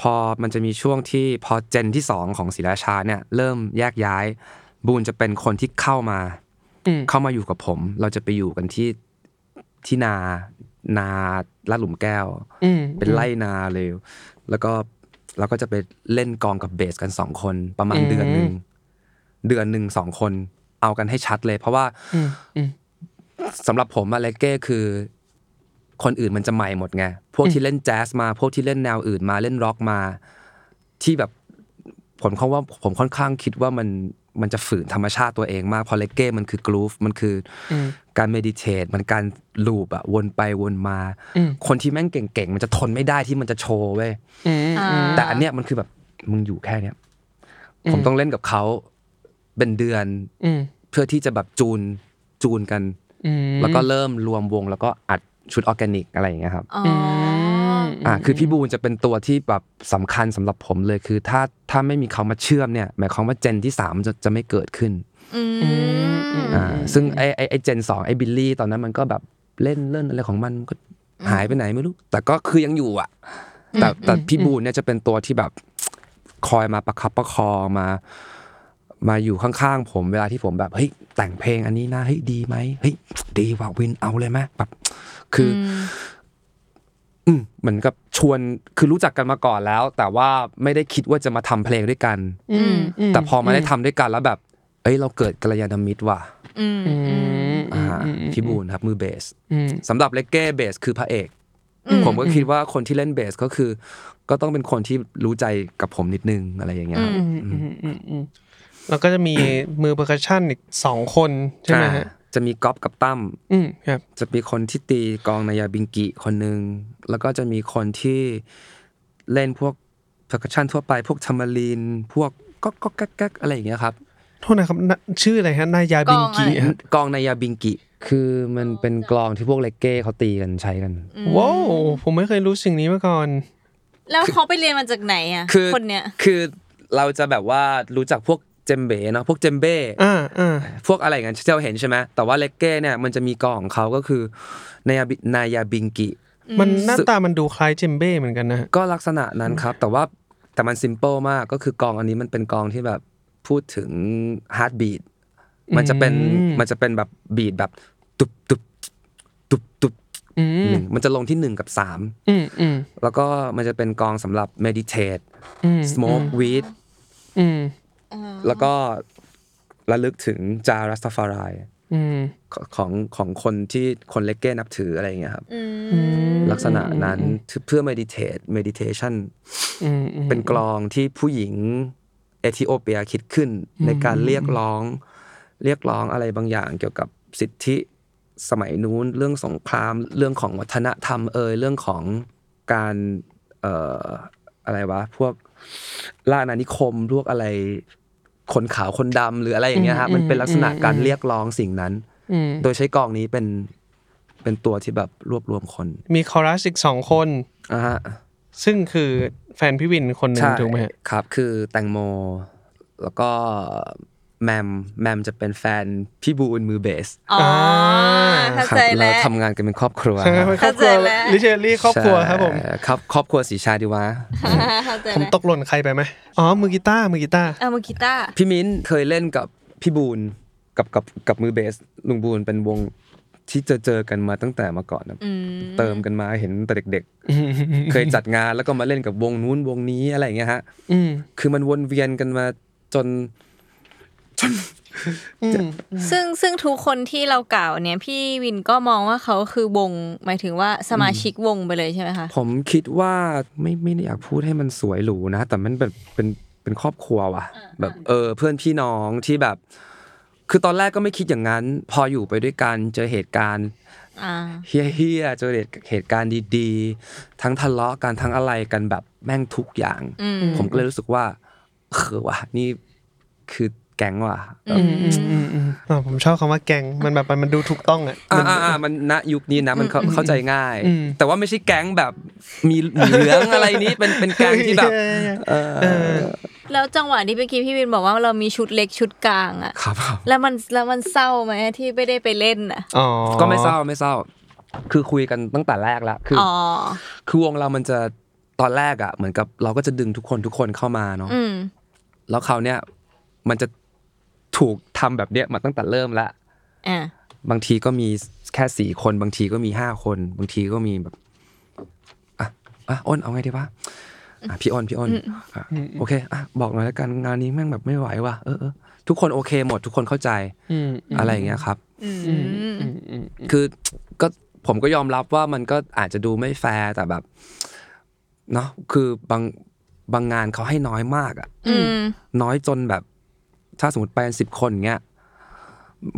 S3: พอมันจะมีช่วงที่พอเจนที่สองของศิลาชาเนี่ยเริ่มแยกย้าย บูนจะเป็นคนที่เข้ามา
S2: อืม
S3: เข้ามาอยู่กับผม เราจะไปอยู่กันที่ที่นานาลาดหลุมแก้ว
S2: อืม
S3: เป็นไล่นาเลย แล้วก็เราก็จะไปเล่นกองกับเบสกันสองคนประมาณเดือนหนึ่งเดือนหนึ่งสองคน เอากันให้ชัดเลย เพราะว่า
S2: อืมอืม
S3: สำหรับผมอะเลเก้คือ คนอื่นมันจะใหม่หมดไง พวกที่เล่นแจ๊สมา พวกที่เล่นแนวอื่นมาเล่นร็อกมา ที่แบบผมเขาว่าผมค่อนข้างคิดว่ามันมันจะฝืนธรรมชาติตัวเองมากเพราะเลเก้มันคือกรูฟมันคืออ
S2: ม
S3: การเมดิเทตมันการลูปอะวนไปวนมา
S2: อืม
S3: คนที่แม่งเก่งๆ มันจะทนไม่ได้ที่มันจะโชว์เว้ย
S2: อืมอืม
S3: แต่อันเนี้ยมันคือแบบมึงอยู่แค่เนี้ย ผมต้องเล่นกับเขาเป็นเดือน
S2: อืม
S3: เพื่อที่จะแบบจูนจูนกัน
S2: อืม
S3: แล้วก็เริ่มรวมวงแล้วก็อัดชุดออร์แกนิกอะไรอย่างเงี้ยครับ
S1: อ๋อ
S3: อ่าคือพี่บูนจะเป็นตัวที่แบบสำคัญสำหรับผมเลยคือถ้าถ้าไม่มีเขามาเชื่อมเนี่ยหมายความว่าเจนที่สามจะจะไม่เกิดขึ้น
S1: อืม
S3: อ่าซึ่งไอไอไอเจนสองไอบิลลี่ตอนนั้นมันก็แบบเล่นเล่นอะไรของมันก็หายไปไหนไม่รู้ แต่ก็คือยังอยู่อ่ะ แต่แต่พี่บูนเนี่ยจะเป็นตัวที่แบบคอยมาประคับประคองมา มาอยู่ข้างๆผมเวลาที่ผมแบบเฮ้ยแต่งเพลงอันนี้นะเฮ้ยดีไหมเฮ้ยดีว่ะวินเอาเลยไหมแบบคือ อืมเหมือนกับชวนคือรู้จักกันมาก่อนแล้ว แต่ว่าไม่ได้คิดว่าจะมาทำเพลงด้วยกัน
S1: อืม
S3: แต่พอมาได้ทำด้วยกันแล้วแบบ เอ้ยเราเกิดกัลยาณมิตรว่ะ
S1: อืม
S3: อ่าพี่บูนครับมือเบส
S2: อืม
S3: สำหรับเลกเก้เบสคือพระเอก ผมก็คิดว่าคนที่เล่นเบสก็คือ ก็ต้องเป็นคนที่รู้ใจกับผมนิดนึงอะไรอย่างเงี้ยครับ
S1: อืม
S3: อืม
S2: แล้วก็จะมี มือเ e อร์ค s ชั่นอีกสองคนใช่ไหมฮะ
S3: อ่าจะมีก๊อฟกับตั้ม
S2: อืมครับ
S3: จะมีคนที่ตีกลองนายาบิงกิคนหนึ่งแล้วก็จะมีคนที่เล่นพวก percussion ทั่วไป พวกทามารีน พวกก็ก็แก๊กแก๊กอะไรอย่างเงี้ยครับ
S2: โทษนะครับนะชื่ออะไรฮะ นายาบิงกี
S1: กองอะไร
S2: ฮะ
S3: กลองนายาบิงกิ คือมันเป็นกลองที่พวกเลเก้เขาตีกันใช้กัน
S2: ว้าวผมไม่เคยรู้สิ่งนี้มาก่อน
S1: แล้วเขาไปเรียนมาจากไหนอ่ะ
S3: คือ
S1: คนเนี้ย
S3: คือเราจะแบบว่ารู้จักพวกเจมเบ้เนาะพวกเจมเบ้
S2: อ่าอ่า
S3: พวกอะไรอย่างเงี้ยที่เราเห็นใช่ไหมแต่ว่าเลเก้เนี่ยมันจะมีกลองของเขาก็คือนายาบินายาบิงกิ
S2: มันหน้าตามันดูคล้ายเจมเบ้เหมือนกันนะฮะ
S3: ก็ลักษณะนั้นครับ แต่ว่าแต่มัน s ิมเ l e มากก็คือกองอันนี้มันเป็นกองที่แบบพูดถึงฮาร์ดบีดมันจะเป็น
S2: อืม
S3: มันจะเป็นแบบบีดแบบตุบตุบตุบตุบ
S2: อืม
S3: หนึ่งมันจะลงที่หนึ่งกับสาม
S2: อืมอืม
S3: แล้วก็มันจะเป็นกองสำหรับ meditate
S2: อืม
S3: smoke weed
S2: อืม
S3: แล้วก็ระลึกถึงจารัสตาฟาราย
S2: อืม
S3: ของของคนที่คนเลกเก้นับถืออะไรอย่างเงี้ยครับ
S1: อืม
S3: ลักษณะนั้นเพื่อ meditate meditation
S2: อืมอืม
S3: เป็นกลองที่ผู้หญิง เอธิโอเปียคิดขึ้น
S2: อืม
S3: ในการเรียกร้อง เรียกร้องอะไรบางอย่างเกี่ยวกับสิทธิสมัยนู้นเรื่องสงคราม เรื่องของวัฒนธรรมเอยเรื่องของการเอ่ออะไรวะ พวกล่าอาณานิคมพวกอะไรคนขาวคนดำหรืออะไรอย่างเงี้ยฮะมันเป็นลักษณะการเรียกร้องสิ่งนั้น
S2: อืม
S3: โดยใช้กองนี้เป็นเป็นตัวที่แบบรวบรวมคน
S2: มีคอรัสอีกสองคน
S3: อ่าฮะ
S2: ซึ่งคือแฟนพี่วินคนหนึ่ง
S3: ใช่
S2: ถูกไหมฮะ
S3: ครับ คือแตงโม แล้วก็แมมแมมจะเป็นแฟนพี่บูนมือเบส
S1: อ๋อ
S2: อ่า
S1: เข้า
S3: ครั
S1: ใจ
S3: เรา
S1: แล้ว
S3: ทำงานกันเป็นครอบครัว
S2: ใช่ไหมครอบครัว
S1: เข้าใจแล้ว
S2: ลิเชอรี่ครอบครัวครับผม
S3: ใช่ครับครอบครัวสีชาดีวะ
S1: เข้าใจ
S2: ผม
S1: แล้ว
S2: ตกหล่นใครไปไหมอ๋อ มือกีตาร์มือกีตาร์
S1: เอามือกีตาร์
S3: พี่มิ้นเคยเล่นกับพี่บูนกับกับกับมือเบส ลุงบูนเป็นวงที่เจอเจอกันมาตั้งแต่มาก่อนนะ
S1: อืม
S3: เติมกันมาเห็นแต่เด็กๆ เคยจัดงานแล้วก็มาเล่นกับวงนู้นวงนี้อะไรอย่างเงี้ยฮะ
S2: อืม
S3: คือมันวนเวียนกันมาจน
S2: อืม
S1: ซึ่งซึ่งทุกคนที่เรากล่าวเนี่ยพี่วินก็มองว่าเขาคือวง หมายถึงว่าสมาชิกวงไปเลยใช่ไหมคะ
S3: ผมคิดว่าไม่ไม่ได้อยากพูดให้มันสวยหรูนะ แต่มันแบบเป็นเป็นครอบครัวว่ะ แบบเออเพื่อนพี่น้องที่แบบ คือตอนแรกก็ไม่คิดอย่างนั้น พออยู่ไปด้วยกันเจอเหตุการณ์
S1: อ่า
S3: เฮี้ยๆเจอเหตุเหตุการณ์ดีๆ ทั้งทะเลาะกันทั้งอะไรกันแบบแม่งทุกอย่าง
S1: อืม
S3: ผมก็เลยรู้สึกว่าเออว่ะนี่คือแก๊งว่ะ
S1: อืม
S2: อืมอืมอืมอ๋อผมชอบคำว่าแกงมันแบบมันดูถูกต้องอ่ะ
S3: อ่าอ่ามันณยุคนี้นะมันเข้าเข้าใจง่าย
S2: อืม
S3: แต่ว่าไม่ใช่แก๊งแบบมีหมีเหลืองอะไรนี้เป็นเป็นแก๊งที่แบบ เอ
S2: เอ
S3: อ
S2: อ
S1: แล้วจังหวะที่เมื่อกี้พี่วินบอกว่าเรามีชุดเล็กชุดกลางอะ
S3: ครับผม
S1: แล้วมันแล้วมันเศร้าไหมที่ไม่ได้ไปเล่นอะ
S2: อ๋อ
S3: ก็ไม่เศร้าไม่เศร้า คือคุยกันตั้งแต่แรกแล้วคืออ
S1: อ๋อ
S3: คือวงเรามันจะตอนแรกอ่ะ เหมือนกับเราก็จะดึงทุกคนทุกคนเข้ามาเนาะ
S1: อืม
S3: แล้วคราวเนี้ยมันจะถูกทำแบบเนี้ยมาตั้งแต่เริ่มละ
S1: อ่า
S3: บางทีก็มีแค่สี่คน บางทีก็มีห้าคน บางทีก็มีแบบอ่ะอ่ะอ้นเอาไงดีวะอ่ะพี่อ้นพี่อ้นอ่ะโอเคอ่ะบอกหน่อยแล้วกันงานนี้แม่งแบบไม่ไหวว่ะเออเออทุกคนโอเคหมดทุกคนเข้าใจ
S2: อืม
S3: อะไรอย่างเงี้ยครับ
S1: อืม
S2: อืมอืม
S3: คือก็ผมก็ยอมรับว่ามันก็อาจจะดูไม่แฟร์แต่แบบเนาะคือบางบางงานเขาให้น้อยมากอะ
S1: อืม
S3: น้อยจนแบบ ถ้าสมมติไปกันสิบคนเงี้ย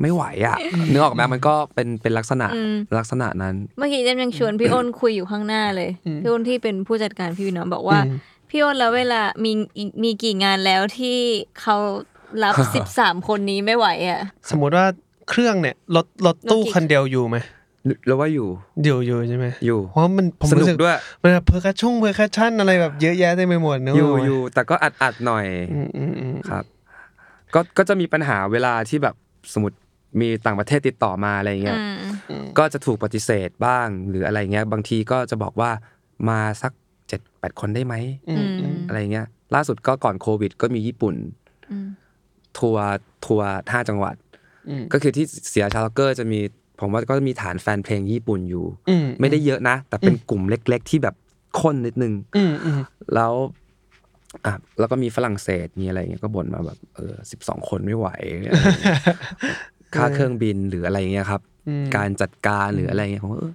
S3: ไม่ไหวอะนึกออกไหมมันก็เป็นเป็นลักษณะ
S1: อืม
S3: ลักษณะนั้น
S1: เมื่อกี้เจมยังชวนพี่อ้นคุยอยู่ข้างหน้าเลย พี่อ้นที่เป็นผู้จัดการพี่วินเนาะบอกว่า พี่อ้นแล้วเวลามีมีกี่งานแล้วที่เขา รับ สิบสามคนนี้ไม่ไหวอ่ะ
S2: สมมุติว่าเครื่องเนี่ยรถรถตู้
S1: รถกี่
S2: คันเดียวอยู่ไหม
S3: แล้วว่าอยู่
S2: เดียวอยู่ใช่ไหม
S3: อยู่
S2: เพราะมันผม
S3: สนุ
S2: รู้
S3: ก
S2: สึก
S3: ด้วย
S2: มันแบบเพอร์คัชชั่งเพอร์คัชชั่นอะไรแบบเยอะแยะเต็มไปหมดเนอะ
S3: อยู่อยู่แต่ก็อัดอัดหน่อย
S2: อืมอืมอืม
S3: ครับก็ก็จะมีปัญหาเวลาที่แบบสมมติมีต่างประเทศติดต่อมาอะไรเงี้ย
S1: อืม
S3: ก็จะถูกปฏิเสธบ้างหรืออะไรเงี้ย บางทีก็จะบอกว่ามาสักเจ็ดแปดคนได้ไหม
S2: อืมอืม
S1: ม
S3: อะไรเงี้ย ล่าสุดก็ก่อนโควิด ก็มีญี่ปุ่น
S1: อืม
S3: ทัวร์ทัวร์ห้าจังหวัด
S2: อืม
S3: ก็คือที่เสียชาร์ลเกอร์จะมีผมว่าก็มีฐานแฟนเพลงญี่ปุ่นอยู่
S2: อืม
S3: ไม่ได้เยอะนะ แต่เป็นกลุ่มเล็ก ๆ ที่แบบข้นนิดนึง
S2: อืมอืม
S3: แล้วอ่ะแล้วก็มีฝรั่งเศสมีอะไรเงี้ยก็บ่นมาแบบเออสิบสองคนไม่ไหวอะไรเงี้ยค่าเครื่องบินหรืออะไรเงี้ยครับ
S2: อืม
S3: การจัดการหรืออะไรเงี้ยผมก็เออ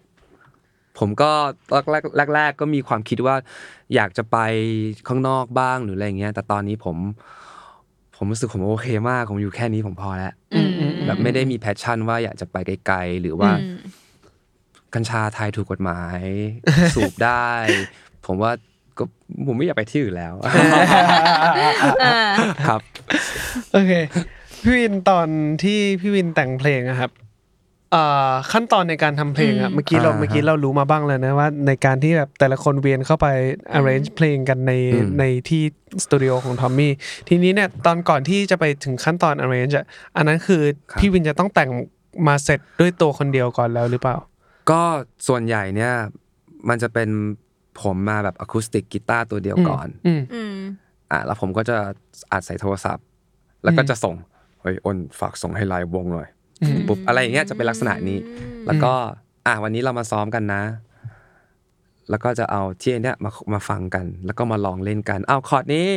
S3: ผมก็แรกแรกแรกแรกก็มีความคิดว่า อยากจะไปข้างนอกบ้างหรืออะไรเงี้ย แต่ตอนนี้ผม ผมรู้สึกผมโอเคมากผมอยู่แค่นี้ผมพอแล้ว
S1: อืม
S3: แบบไม่ได้มีแพชชั่นว่าอยากจะไปไกลๆหรือว่า
S1: อืม
S3: กัญชาไทยถูกกฎหมาย สูบได้ ผมว่าก็ผมไม่อยากไปที่อื่นแล้ว
S1: อ่า
S3: ครับ
S2: โอเค พี่วินตอนที่พี่วินแต่งเพลงอะครับเอ่อขั้นตอนในการทำเพลงอะ
S1: อืม
S2: เมื่อกี้เราเมื่อกี้เรารู้มาบ้างแล้วนะว่า ในการที่แบบแต่ละคนเวียนเข้าไป arrange เพลงกันในในที่สตูดิโอของทอมมี่ทีนี้เนี่ยตอนก่อนที่จะไปถึงขั้นตอน arrange อะอันนั้นคือพี่วินจะต้องแต่งมาเสร็จด้วยตัวคนเดียวก่อนแล้วหรือเปล่า
S3: ก็ส่วนใหญ่เนี่ย มันจะเป็นผมมาแบบอะคูสติกกีตาร์ตัวเดียวก่อน
S2: อืม
S1: อืม
S3: อ่ะแล้วผมก็จะอัดใส่โทรศัพท์ แล้วก็จะส่งเฮ้ยอ้นฝากส่งให้ไลน์วงหน่อย
S2: อืม
S3: ปุ๊บอะไรอย่างเงี้ยจะเป็นลักษณะนี้ แล้วก็อ่ะวันนี้เรามาซ้อมกันนะ แล้วก็จะเอาที่เนี้ยมามาฟังกัน แล้วก็มาลองเล่นกันเอาคอร์ดนี้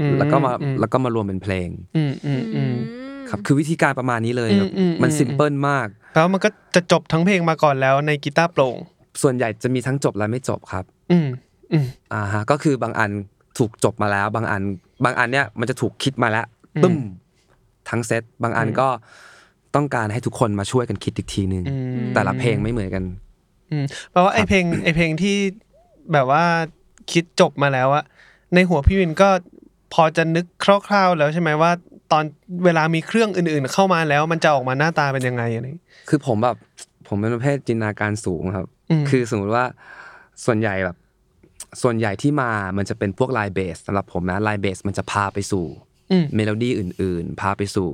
S2: อื
S3: แล้วก็มา
S2: อื
S3: แล้วก็มารวมเป็นเพลง
S2: อืมอืมอืม
S3: ครับคือวิธีการประมาณนี้เลย
S2: อืม
S3: แบบ
S2: อืม
S3: มัน
S2: อืม
S3: ซิมเพิลมาก
S2: แล้วมันก็จะจบทั้งเพลงมาก่อนแล้วในกีตาร์โปร่ง
S3: ส่วนใหญ่จะมีทั้งจบและไม่จบครับ
S2: อืมอืม
S3: อ่าฮะก็คือบางอัน ถูกจบมาแล้ว บางอัน บางอันเนี่ยมันจะถูกคิดมาแล้ว
S2: อืม
S3: ตึ้มทั้งเซตบางอันก็ต้องการให้ทุกคนมาช่วยกันคิดอีกทีนึง
S2: อืม
S3: แต่ละเพลงไม่เหมือนกัน
S2: อืมแปลว่าไอเพลงไอเพลงที่แบบว่าคิดจบมาแล้วอะในหัวพี่วินก็พอจะนึกคร่าวๆแล้วใช่ไหมว่า ตอนเวลามีเครื่องอื่นๆ เข้ามาแล้วมันจะออกมาหน้าตาเป็นยังไงอะไรอย่างงี้
S3: คือผมแบบผมเป็นประเภทจินตนาการสูงครับ
S2: อืม
S3: คือสมมติว่าส่วนใหญ่แบบ ส่วนใหญ่ที่มามันจะเป็นพวกไลน์เบสสำหรับผมนะไลน์เบสมันจะพาไปสู่
S2: อืม
S3: เมโลดี้อื่น ๆ พาไปสู่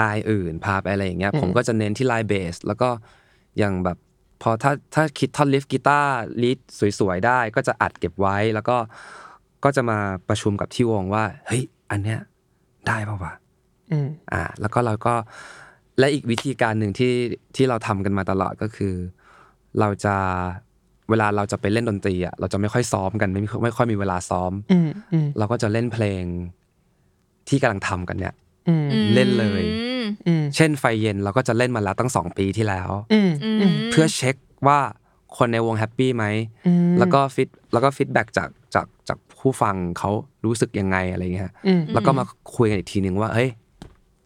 S3: ลายอื่น พาไปอะไรอย่างเงี้ยผมก็จะเน้นที่ไลน์เบสแล้วก็อย่างแบบพอถ้าถ้าคิดท่อนลิฟกีตาร์ลีดสวยๆ ได้ก็จะอัดเก็บไว้แล้วก็ก็จะมาประชุมกับที่วงว่าเฮ้ยอันเนี้ยได้ป่าวะ
S2: อืม
S3: อ่าแล้วก็เราก็และอีกวิธีการหนึ่งที่ที่เราทำกันมาตลอดก็คือ เราจะเวลาเราจะไปเล่นดนตรีอ่ะเราจะไม่ค่อยซ้อมกันไม่ไม่ค่อยมีเวลาซ้อม
S2: อืมอืม
S3: เราก็จะเล่นเพลงที่กำลังทำกันเนี่ย
S2: อืม
S1: อืม
S3: เล่นเลย
S2: อืม
S3: เช่นไฟเย็นเราก็จะเล่นมาแล้วตั้งสองปีที่แล้ว
S2: อืม
S1: อืม
S3: เพื่อเช็คว่าคนในวงแฮปปี้ไหม
S2: อืม
S3: แล้วก็ฟิตแล้วก็ฟีดแบ็จากจากจากผู้ฟังเขารู้สึกยังไงอะไรอย่างเงี้ย
S2: อืม
S3: แล้วก็มาคุยกันอีกทีนึงว่าเฮ้ย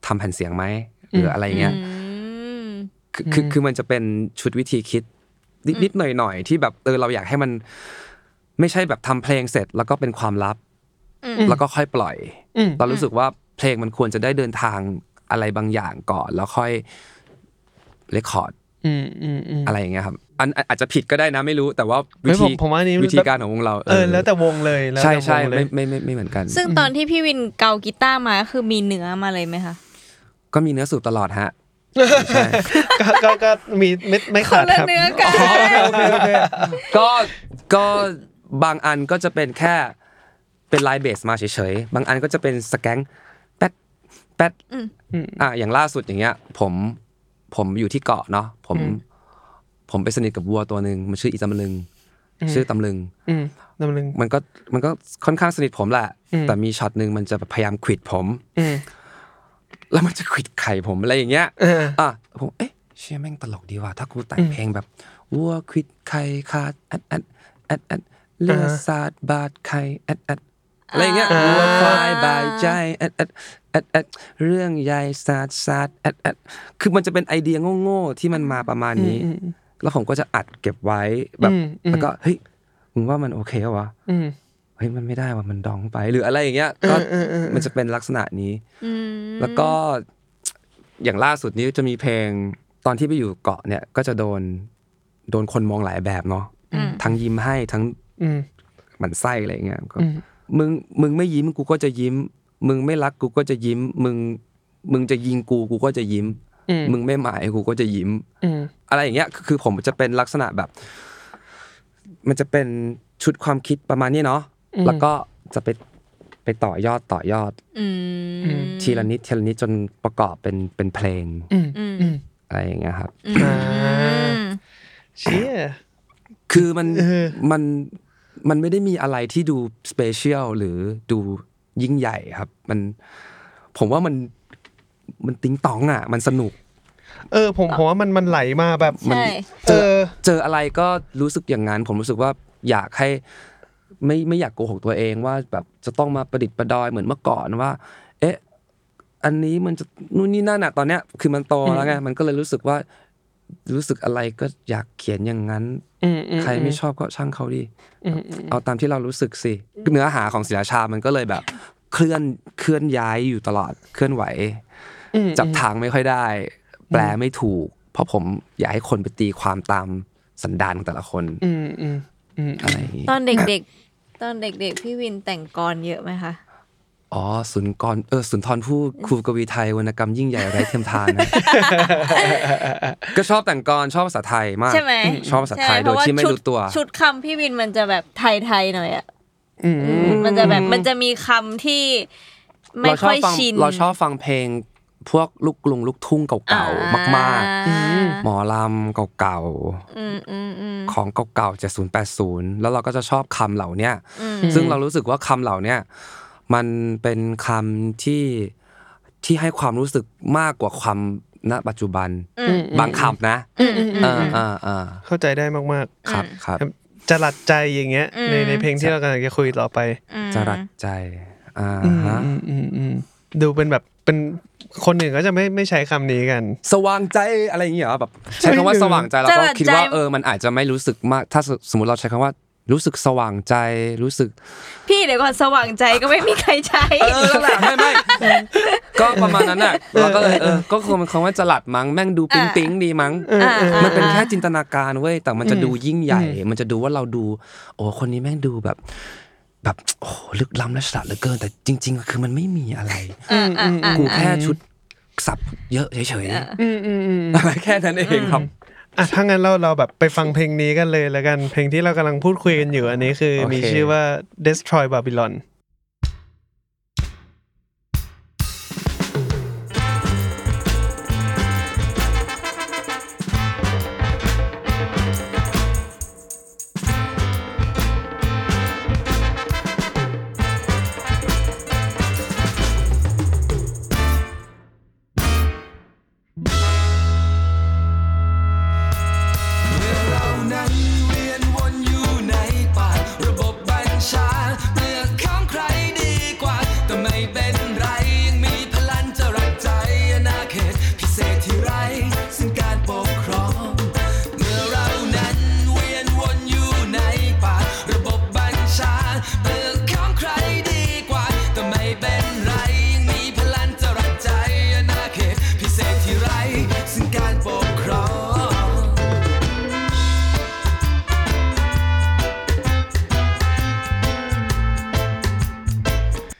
S3: ทำแผ่นเสียงไหมหรืออะไรเงี้ย
S1: อืม
S3: คือคือคือมันจะเป็นชุดวิธีคิด นิดนิดหน่อยหน่อยๆที่แบบเออเราอยากให้มัน ไม่ใช่แบบทำเพลงเสร็จแล้วก็เป็นความลับ
S1: อืม
S3: แล้วก็ค่อยปล่อย
S2: อืม
S3: เรารู้สึกว่าเพลงมันควรจะได้เดินทางอะไรบางอย่างก่อน แล้วค่อยเรคคอร์ด
S2: อืมอืมอืม
S3: อะไรอย่างเงี้ยครับอันอันอาจจะผิดก็ได้นะไม่รู้ แต่ว่า
S2: เฮ้
S3: วิ
S2: ยผม
S3: ธี
S2: ผมว่าอันนี้
S3: วิธีการของวงเรา
S2: เออแล้วแต่วงเลยแล้ว
S3: ใช่
S2: แต่วง
S3: ใช่
S2: เลย
S3: ไม่ไม่ไม่ไม่เหมือนกัน
S1: ซึ่งตอนที่พี่วินเกากีตาร์มาคือมีเนื้อมาเลยไหมคะ
S3: ก็มีเนื้อสูบตลอด ฮะ
S2: ก็ก็ก็มีไม่ไม่ขาด
S1: ละ
S2: ครับ
S1: เนื้อกัน
S3: ก็ก็บางอันก็จะเป็นแค่เป็นไลน์เบสมาเฉยๆ บางอันก็จะเป็นสแกงแป๊ดแป๊ด
S1: อืม
S3: อ่ะอย่างล่าสุดอย่างเงี้ย ผมผมอยู่ที่เกาะเนาะผม ผมไปสนิทกับวัวตัวหนึ่งมันชื่ออีตำลึง ชื่อตำลึง
S2: อืมน้ำลึง
S3: มันก็มันก็ค่อนข้างสนิทผมแหละ
S2: อืม
S3: แต่มีช็อตหนึ่งมันจะพยายามขวิดผม
S2: อืม
S3: แล้วมันจะขวิดไข่ผมอะไรอย่างเงี้ย
S2: เออ
S3: อ่ะผมเอ๊ะเชี่ยแม่งตลกดีว่ะถ้ากูแต่งเพลงแบบวัวควิดไข่ขาดอัดอัดอัดอัดเลือดสาดบาดไข่อัดอัดอะไรอย่างเงี้ย
S1: อ่า
S3: วัวควายบายใจอัดอัดอัดอัดเรื่องใหญ่สาดสาดอัดอัดคือมันจะเป็นไอเดียโง่ๆที่มันมาประมาณนี้ แล้วผมก็จะอัดเก็บไว้แบบ
S2: อืมอืม
S3: แล้วก็เฮ้ยมึงว่ามันโอเคปะวะ
S2: อืม
S3: เฮ้ยมันไม่ได้ว่ะมันดองไปหรืออะไรอย่างเงี้ยก็
S2: เออเออเออ
S3: มันจะเป็นลักษณะนี้
S1: อืม
S3: แล้วก็อย่างล่าสุดนี้จะมีเพลงตอนที่ไปอยู่เกาะเนี่ยก็จะโดนโดนคนมองหลายแบบเนาะทั้งยิ้มให้ทั้ง
S2: อืม
S3: หมันไส้อะไรอย่างเงี้ยก็
S2: อืม
S3: มึงมึงไม่ยิ้มกูก็จะยิ้ม มึงไม่รักกูก็จะยิ้ม มึงมึงจะยิงกูกูก็จะยิ้ม
S2: อืม
S3: มึงไม่หมายกูก็จะยิ้ม
S2: อืม
S3: อะไรอย่างเงี้ยคือคือผมจะเป็นลักษณะแบบ มันจะเป็นชุดความคิดประมาณนี้เนาะ
S2: อืม
S3: แล้วก็จะไปไปต่อยอดต่อยอด
S1: อืม
S3: ทีละนิดทีละนิดจนประกอบเป็นเป็นเพลง
S2: อืม
S1: อืม
S2: อืม
S3: อะไรอย่างเงี้ยครับ
S2: อ่า
S1: อืม
S2: เชี่ย
S3: คือมัน
S2: เออ
S3: มันมันไม่ได้มีอะไรที่ดูสเปเชียลหรือดูยิ่งใหญ่ครับ มันผมว่ามันมันติ๊งตองอ่ะ มันสนุก
S2: เออ ผมผมว่ามันมันไหลมาแบบ
S1: ใช่
S2: เออ
S3: เจออะไรก็รู้สึกอย่างนั้น ผมรู้สึกว่าอยากให้ไม่ไม่อยากโกหกตัวเองว่าแบบจะต้องมาประดิษฐ์ประดอยเหมือนเมื่อก่อนว่า เอ๊ะ อันนี้มันจะนู่นนี่นั่นอะตอนเนี้ยคือมันโตแล้วไงมันก็เลยรู้สึกว่า รู้สึกอะไรก็อยากเขียนอย่างนั้น
S2: อืมอืม
S3: ใครไม่ชอบก็ช่างเขาดิ เอาตามที่เรารู้สึกสิ เนื้อหาของศิลาชา มันก็เลยแบบ เคลื่อนเคลื่อนย้ายอยู่ตลอดเคลื่อนไหว
S2: อืม
S3: จับทางไม่ค่อยได้ แปลไม่ถูก เพราะผมอยากให้คนไปตีความตามสันดานของแต่ละคน
S2: อืมอืมอืม
S3: อะไรอย่างนี้
S1: ตอนเด็กๆ ตอนเด็กๆ พี่วินแต่งกรเยอะไหมคะ
S3: อ๋อสุนกรเออสุนทรผู้ครูกวีไทยวรรณกรรมยิ่งใหญ่ไร้เทียมทาน นะ ก็ชอบแต่งกรชอบภาษาไทยมาก
S1: ใช่ไหม
S3: ชอบภาษาไทย
S1: ใช่ห
S3: โดยที่ไม่
S1: เพาะา
S3: รู้ตัว
S1: ชุดชุดคำพี่วินมันจะแบบไทยๆหน่อยอ่ะ
S2: อืมอืม
S1: มันจะแบบมันจะมีคำที่ไม่
S3: เราช
S1: ค่
S3: อบ
S1: อย
S3: ฟัง
S1: ชิน
S3: เราชอบฟังเพลงพวกลูกกรุงลูกทุ่งเก่าๆมาก
S1: อ่
S2: อืม
S3: ๆ หมอลำเก่า
S1: อืมอืมอืม
S3: ๆของเก่าๆ70 80 แล้วเราก็จะชอบคำเหล่าเนี้ย
S1: อืม
S3: ซึ่งเรารู้สึกว่าคำเหล่าเนี้ยมันเป็นคำที่ที่ให้ความรู้สึกมากกว่าคำณปัจจุบัน
S1: อืม
S3: บางคำนะ
S1: อืมอืม
S3: เอ่าอ่า
S2: เข้าใจได้มาก
S3: ครับครับ
S2: ๆ จรัดใจอย่างเงี้ย
S1: อืม
S2: ในในเพลงที่เรากำลังจะคุยต่อไป
S1: อืม
S3: จรัดใจอ่าฮะ
S2: อืมอืมอืมดูเป็นแบบเป็นคนอื่นก็จะไม่ไม่ใช้คำนี้กัน
S3: สว่างใจอะไรอย่างเงี้ยเหรอแบบใช้คำว่า
S2: ไม่รู้
S3: สว่างใจแล้วก็คิดว่าเออมันอาจจะไม่รู้สึกมาก ถ้าสมมติเราใช้คำว่า รู้สึกสว่างใจรู้สึก
S1: พี่เดี๋ยวก่อนสว่างใจก็ไม่มีใครใช้
S3: เออนั่นแหละไม่ไม่ก็ประมาณนั้นอ่ะเราก็เลยเออก็คงมันคงว่าจลัดมั้งแม่งดูปิ๊งปิ๊งดีมั้ง
S2: เออเออ
S3: มันเป็นแค่จินตนาการเว้ยแต่มันจะ
S2: อืม
S3: ดูยิ่งใหญ่
S2: อืม
S3: มันจะดูว่าเราดู โอ้คนนี้แม่งดูแบบ แบบโอ้โหลึกล้ำและฉลาดเหลือเกิน แต่จริง ๆ คือมันไม่มีอะไร
S1: อ่าอ่าอ่า
S3: กูแค่ชุดสับเยอะเฉย
S2: อืมอืมอืม
S3: ๆ แค่นั้นเองครับ
S2: อ่ะถ้างั้นเราเราแบบไปฟังเพลงนี้กันเลยแล้วกันเพลงที่เรากำลังพูดคุยกันอยู่อันนี้คือ
S3: โอเค
S2: มีชื่อว่า Destroy Babylon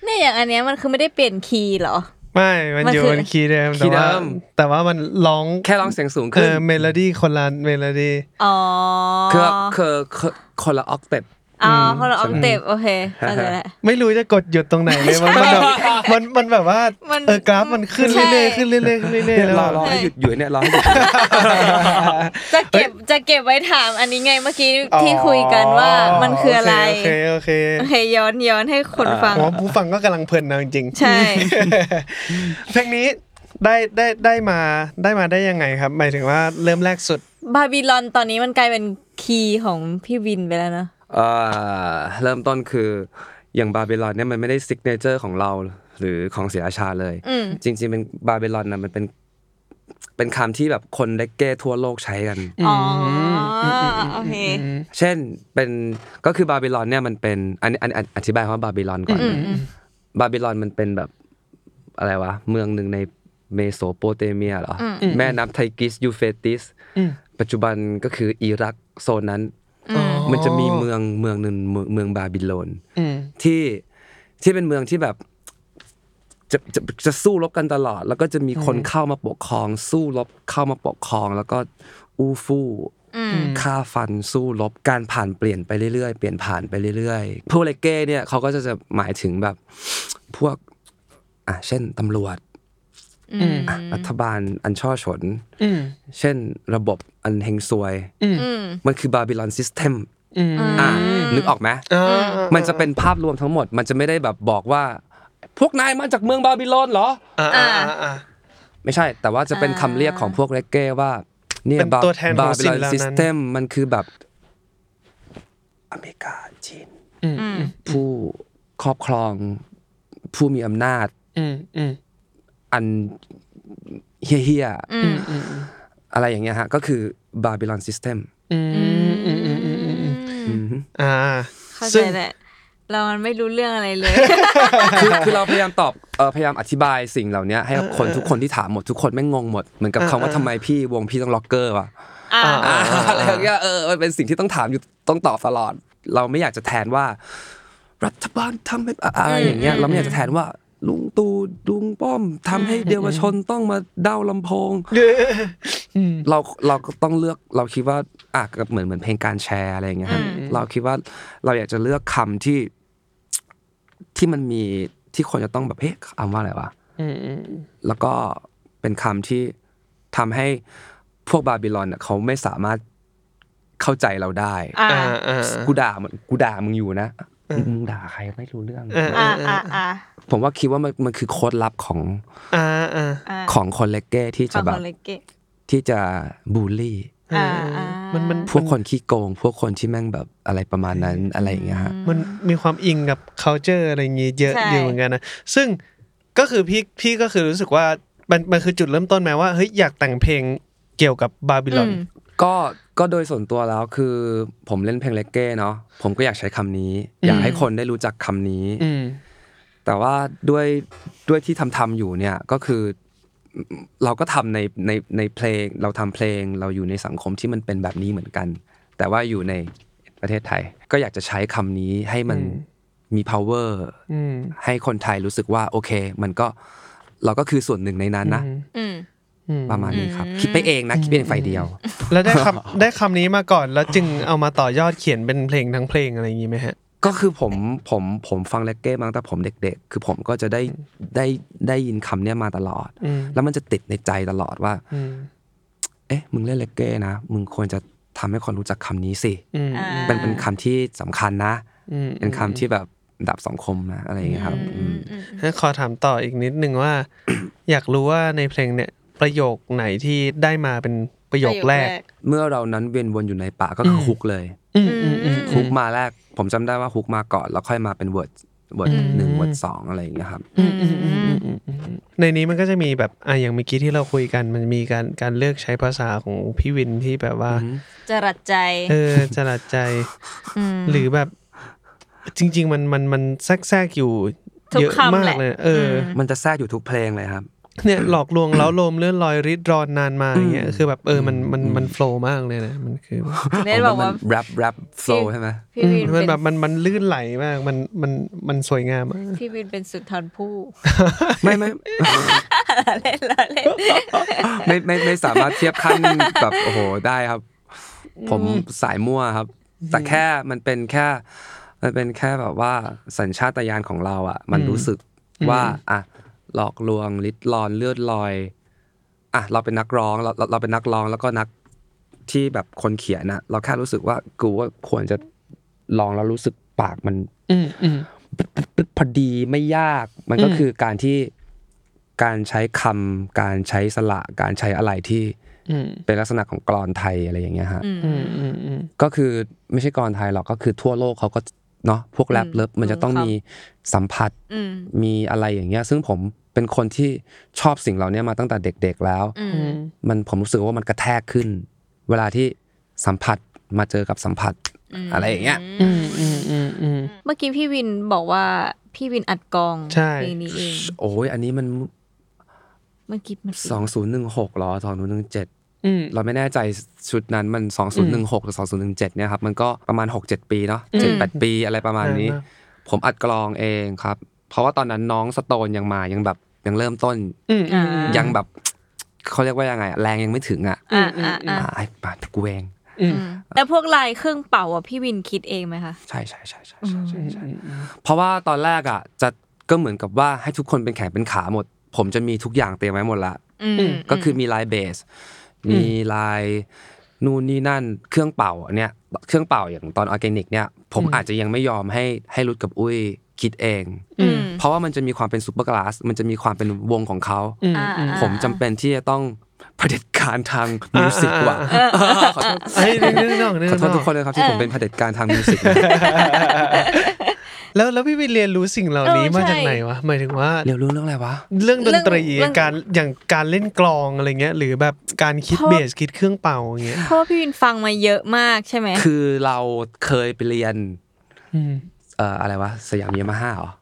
S1: เนี่ยอย่างอันเนี้ยมันคือไม่ได้เปลี่ยนคีย์เหรอ
S2: ไม่มัน
S1: มัน
S2: อยู่
S1: คือ
S2: บนคีย์เดิม
S3: คี
S2: แต่
S3: ย์เดิ
S2: ว่าม แต่ว่ามันร้อง
S3: แค่ร้องเสียงสูง
S2: เอ
S3: ขึ้น
S2: อเมโลดี้คนละเมโลดี้
S1: อ๋อ
S3: คือคือคือคนละออกเต็ป
S1: อ๋อคนละออกเตปโอเคเข้าใจแล้ว
S2: ไม่รู้จะกดหยุดตรงไหนเลยมันมันแบบมันมันแบบว่า
S1: มัน
S2: เออกราฟมันขึ้น
S1: ใช่
S2: เรื่อยๆขึ้นเรื่อยๆขึ้นเรื่อยๆแล้ว
S3: รอรอให้หยุดหยุดเนี่ยรอให้ หยุด
S1: จะเก็บจะเก็บไว้ถามอันนี้ไงเมื่อกี้ที่คุยกันว่ามันคืออะไร
S2: โอเคโอเค
S1: โอ
S2: โอเค
S1: เคย้อนย้อนให้คนฟัง
S2: ผมว่าผู้ฟังก็กำลังเพลินนะจริงๆ
S1: ใช่
S2: เพลงนี้ได้ได้ได้มาได้มาได้ยังไงครับ หมายถึงว่าเริ่มแรกสุด
S1: บาบิลอนตอนนี้มันกลายเป็นคีย์ของพี่วินไปแล้วเนอะ
S3: เอ่อเริ่มต้นคืออย่างบาเบลอนเนี่ยมันไม่ได้ซิกเนเจอร์ของเราหรือของเสียอาชาเลย
S1: อืม
S3: จริงๆเป็นบาเบลอนนะมันเป็นเป็นคำที่แบบคนเรกเก้ทั่วโลกใช้กัน
S1: อ๋ออโอเค
S3: เช่นเป็นก็คือบาเบลอนเนี่ยมันเป็นอันอันอันอธิบายคำว่าบาเบลอนก่อนบาเบลอนมันเป็นแบบอะไรวะ เมืองหนึ่งในเมโสโปเตเมียเหรออแม่น้ำไทกิสยูเฟติส
S2: อืม
S3: ปัจจุบันก็คืออิรักโซนนั้น มันจะมีเมืองเมืองหนึ่งเมืองเมืองบาบิโลน
S2: อืม
S3: ที่ที่เป็นเมืองที่แบบจะจะจะสู้รบกันตลอด แล้วก็จะมีคนเข้ามาปกครอง สู้รบเข้ามาปกครอง แล้วก็อู้ฟู่
S1: อืม
S3: ฆ่าฟันสู้รบการผ่านเปลี่ยนไปเรื่อยๆเปลี่ยนผ่านไปเรื่อยๆพวกเลเก้เนี่ยเขาก็จะจะหมายถึงแบบ พวกอ่ะเช่นตำรวจ
S1: อืม
S3: อ่ะรัฐบาลอันช่อฉน
S2: อืม
S3: เช่นระบบอันเฮงซวย
S1: อืม
S3: มันคือบาบิลอนซิสเต็ม
S2: อืม
S3: อ่ะนึกออกไหม
S2: อ่า
S3: มันจะเป็นภาพรวมทั้งหมด มันจะไม่ได้แบบบอกว่า พวกนายมาจากเมืองบาบิโลนเหรอ
S2: อ่าอ่าอ่า
S3: ไม่ใช่ แต่ว่าจะเป็นคำเรียกของพวกเรกเก้ว่า เนี่ย
S2: เป็นตัวแทนข
S3: บา
S2: อง
S3: บิ
S2: สิ่
S3: โล
S2: ง
S3: น
S2: เหล่านั้น
S3: ซิสเต็มมันคือแบบ อเมริกาจีน
S2: อืม
S3: ผู้ครอบครอง ผู้มีอำนาจ
S2: อืมอืม
S3: อันเฮี้ย
S1: อืม
S2: อืม
S3: ๆอะไรอย่างเงี้ยฮะ ก็คือบาบิโลนซิสเต็ม
S2: อืมอืมอืมอืมอืมอืมอ่า
S1: เข้า
S2: ซึ่
S1: ใจ
S2: ง
S1: แหละ เรามันไม่รู้เรื่องอะไรเลย
S3: คือคือเราพยายามตอบเอ่อพยายามอธิบายสิ่งเหล่านี้ให้กับคนทุกคนที่ถามหมดทุกคนแม่งงงหมดเหมือนกับคำว่าทำไมพี่วงพี่ต้องล็อกเกอร์วะ
S1: อ่า
S3: อ่าอะไรอย่างเงี้ยเออมันเป็นสิ่งที่ต้องถามอยู่ต้องตอบตลอด เราไม่อยากจะแทนว่า รัฐบาลทำให้อะไรอย่างเงี้ยเราไม่อยากจะแทนว่า ลุงตู่ลุงป้อมทำให้เยาวชนต้องมาเด้าลำโพง เราเราก็ต้องเลือกเราคิดว่าอ่ะก็เหมือนเหมือนเพลงการแชร์อะไรอย่างเงี้ยฮะเราคิดว่าเราอยากจะเลือกคำที่ ที่มันมีที่คนจะต้องแบบเฮ้ยคำว่าอะไรวะ
S2: อืมอืม
S3: แล้วก็เป็นคำที่ทำให้พวกบาบิลอนน่ะเขาไม่สามารถเข้าใจเราได้
S1: อ่า
S2: อ่าอ่า
S3: กูด่ามันกูด่ามึงอยู่นะมึงด่าใครไม่รู้เรื่อง
S2: อ่า
S1: อ่า อ่า อ่า
S3: ผมว่าคิดว่ามันมันคือโค้ดลับของ
S2: อ่าอ่า
S1: อ่า
S3: ของคนเลกเก้ที่
S1: ข
S3: จะ
S1: อง
S3: แบ
S1: ค
S3: บ
S1: นเล็กเกะ
S3: ที่จะบูลลี่
S2: เออเออมันมัน
S3: พวกคนขี้โกง พวกคนที่แม่งแบบอะไรประมาณนั้นอะไรอย่างเงี้ยฮะ
S2: มันมีความอิงกับ culture อะไรอย่างงี้เยอะ
S1: ใช่
S2: อยู่เหมือนกันนะ ซึ่งก็คือพี่พี่ก็คือรู้สึกว่ามันมันคือจุดเริ่มต้นไหมว่าเฮ้ยอยากแต่งเพลงเกี่ยวกับบาบิลอน
S1: อืม
S3: ก็ก็โดยส่วนตัวแล้วคือผมเล่นเพลงเลกเก้เนาะผมก็อยากใช้คำนี้ อยากให้คนได้รู้จักคำนี้
S2: อืม
S3: แต่ว่าด้วยด้วยที่ทำทำอยู่เนี่ยก็คือเราก็ทำในในในเพลงเราทำเพลงเราอยู่ในสังคมที่มันเป็นแบบนี้เหมือนกัน แต่ว่าอยู่ในประเทศไทย ก็อยากจะใช้คำนี้ให้มัน
S2: อืม
S3: มี power
S2: อืม
S3: ให้คนไทยรู้สึกว่าโอเค มันก็เราก็คือส่วนหนึ่งในนั้นนะ
S1: อืม
S2: อืม
S3: ประมาณนี้ครับ
S1: อืม
S3: คิดไปเองนะคิดไปเองฝ่ายเดียว
S2: แล้วได้ค ำ ได้คำนี้มาก่อนแล้วจึงเอามาต่อยอดเขียนเป็นเพลงทั้งเพลงอะไรอย่างนี้ไหมฮะ
S3: ก็คือผมผมผมฟังเลกเก้มาตั้งแต่ผมเด็ก ๆ คือผมก็จะได้ได้ได้ยินคำเนี้ยมาตลอด
S2: อืม
S3: แล้วมันจะติดในใจตลอดว่า
S2: อืม
S3: เอ๊ะ มึงเล่นเลกเก้นะ มึงควรจะทำให้คนรู้จักคำนี้สิ
S2: อืม
S1: อ่า
S3: เป็นเป็นคำที่สำคัญนะ
S2: อืม
S3: เป็นคำที่แบบดับสังคมนะอะไรอย่างเงี้ยครับ
S1: อื
S3: อื
S1: ม
S3: ม
S1: อืม
S2: งั้นขอถามต่ออีกนิดนึงว่า อยากรู้ว่าในเพลงเนี่ย ประโยคไหนที่ได้มาเป็นประโยคแรก
S3: เมื่อเรานั้นเวียนวนอยู่ในป่าก็คืออ
S2: ม
S3: ฮุกเลย
S2: อืมอืมอืม
S3: ฮุกมาแรก ผมจำได้ว่าฮุกมาก่อน แล้วค่อยมาเป็นเวิร์ดเวิร์ด
S2: อืม
S3: หนึ่งเวิร์ดสองอะไรอย่างเงี้ยครับ
S1: อืม
S2: อืมอืมอืมอืมอืมในนี้มันก็จะมีแบบอ่ะอย่างเมื่อกี้ที่เราคุยกันมันมีการการเลือกใช้ภาษาของพี่วินที่แบบว่า
S1: จรัสใจ
S2: เออจลั ดใจ
S1: ม
S2: หรือแบบจริง ๆ มันมันมันแทรกๆอยู่
S1: ทุก
S2: เยอะ
S1: คำ
S2: มาก
S1: แหละ
S2: เลยเอออ
S1: ม
S3: มันจะแทรกอยู่ทุกเพลงเลยครับ
S2: เนี่ย หลอกลวงเล้าโลมเลื่อนลอยริดรอนนานมาอย่างเงี้ย
S3: อืม
S2: คือแบบเออมันมัน
S3: อืม
S2: มันโฟล์มากเลยนะมันคือ
S1: ถึงได้บอกว่า
S3: แรปแรปโฟ
S1: จริง
S3: ใช่ไหม
S1: พี่วิน
S2: มัน
S1: เป็น
S2: แบบมันมันลื่นไหลมากมันมันมันสวยงามอะ
S1: พี่วินเป็นสุนทรภู่
S3: ไม่ไม่
S1: ละเล่นละเล่น
S3: ไม่ไม่ไม่สามารถเทียบขั้นแบบโอ้โหได้ครับ ผมสายมั่วครับ แต่แค่มันเป็นแค่ มันเป็นแค่แบบว่าสัญชาตญาณของเราอ่ะ มันรู้สึกว่าอ่ะหลอกลวงลิดลอนเลือดลอยอ่ะเราเป็นนักร้องเราเราเราเป็นนักร้องแล้วก็นักที่แบบคนเขียนอะเราแค่รู้สึกว่ากูว่าควรจะลองแล้วรู้สึกปากมัน
S2: อืมอืม
S3: พอดีไม่ยากมันก็
S2: อืม
S3: คือการที่การใช้คำการใช้สระการใช้อะไรที่
S2: อืม
S3: เป็นลักษณะของกรอนไทยอะไรอย่างเงี้ยฮะ
S2: อืมอืมอืม
S3: ก็คือไม่ใช่กรอนไทยหรอกก็คือทั่วโลกเขาก็เนาะพวกแรปเลิฟมันจะต้องมีสัมผัส
S1: อืม
S3: มีอะไรอย่างเงี้ย ซึ่งผมเป็นคนที่ชอบสิ่งเหล่านี้มาตั้งแต่เด็ก ๆแล้ว
S1: อืม
S2: อืม
S3: มันผมรู้สึกว่ามันกระแทกขึ้น เวลาที่สัมผัสมาเจอกับสัมผัสอะไรอย่างเงี้ย
S1: อืม
S2: อืมอืมอืม
S1: เมื่อกี้พี่วินบอกว่าพี่วินอัดกอง
S2: ใช่
S1: เพลงนี้เอง
S3: โอ้ยอันนี้มัน
S1: เมื่อกี้มัน
S3: สองศูนย์หนึ่งหกหรอสองศูนย์หนึ่งเจ็ด
S2: อืม
S3: เราไม่แน่ใจชุดนั้นมัน 2016 หรือ 2017 เนี่ยครับมันก็ประมาณ 6-7 ปีเนาะ7-8 ปีอะไรประมาณนี้
S2: นานมาก
S3: ผมอัดกลองเองครับ เพราะว่าตอนนั้นน้องสโตนยังมายังแบบยังเริ่มต้น
S2: อืมอืม
S3: ยังแบบ เขาเรียกว่ายังไงอะแรงยังไม่ถึงอะ
S1: อ่าอ่าอ่า
S3: อ่ะไอ้ปาดกูเอง
S1: แล้วพวกลายเครื่องเป่าอ่ะพี่วินคิดเองไหมคะ
S3: ใช่ใช่ใช่ใช่ใช่ใช่ใช่เพราะว่าตอนแรกอะจะก็เหมือนกับว่าให้ทุกคนเป็นแขนเป็นขาหมด ผมจะมีทุกอย่างเตรียมไว้หมดละ
S1: อืม
S3: ก็คือมีลายเบส มีลายนู่นนี่นั่น เครื่องเป่าอันเนี่ย เครื่องเป่าอย่างตอนออร์แกนิกเนี่ย ผมอาจจะยังไม่ยอมให้ให้รุดกับอุ้ยคิดเอง
S1: อืม
S3: เพราะว่ามันจะมีความเป็นซูเปอร์กลาส มันจะมีความเป็นวงของเขา
S2: อืม
S1: อ่าอ่า
S3: ผมจำเป็นที่จะต้อง เผด็จการทางมิวสิกว่ะขอโทษ
S2: ไอ้ยนึกนึกนึกออกนึก
S3: ขอโทษ
S2: อ
S3: ทุ
S2: อก ก
S3: คนเลยครับที่ผมเป็นเผด็จการทางมิวสิกนะ
S2: แล้วแล้วพี่วินเรียนรู้สิ่งเหล่านี้มาจากไหนวะหมายถึงว่า
S3: เรียวรู้เรื่องอะไรวะ
S2: เรื่องดนตรี
S1: เรื่อง
S2: การอย่างการเล่นกลองอะไรเงี้ย หรือแบบการคิดเบสคิดเครื่องเป่าอย่างเงี้ย
S1: เพราะว่าพี่วินฟังมาเยอะมากใช่ไหม
S3: คือเราเคยไปเรียน
S2: อืม
S3: เอ่ออะไรวะสยามเยามาฮ่าเหรอ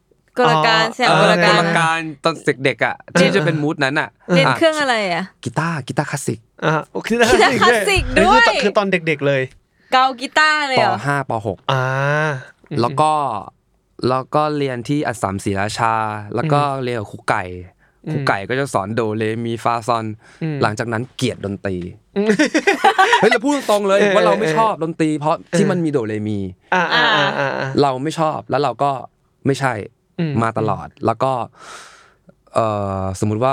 S1: กลการแสบ
S2: เอ
S1: กล
S2: อ
S3: ก
S1: การ
S3: รมการตอนเด็กๆอ่ะที่จะเป็นมูดนั้นอ่ะ
S1: เรียนะ เครื่องอะไรอ่ะ
S3: กีตาร์กีตาร์คลาสสิก
S2: อ่ะโอเคนะ
S1: คิดว่าคลาสสิกด้วย
S2: อันนี้คือตอนคือตอนเด็กๆเลย
S1: เกากีตาร์เลย
S3: ป
S1: เหรอ
S3: ห้าปหก
S2: อ่า
S3: แล้วก็แล้วก็เรียนที่อัสสัมศรีราชา แล้วก็เรียนกับครูไก่ครูไก่ก็จะสอนโดเรมีฟาซอน
S2: อืม
S3: หลังจากนั้นเกลียดดนตรีเฮ้ยเราพูดตรงๆเลยว่าเราไม่ชอบดนตรี เพราะที่มันมีโดเรมี
S2: อ่าอ่าอ่าอ่าอ่า
S3: เราไม่ชอบแล้วเราก็ไม่ใช่
S2: อืม
S3: มาตลอดแล้วก็เอ่อสมมุติว่า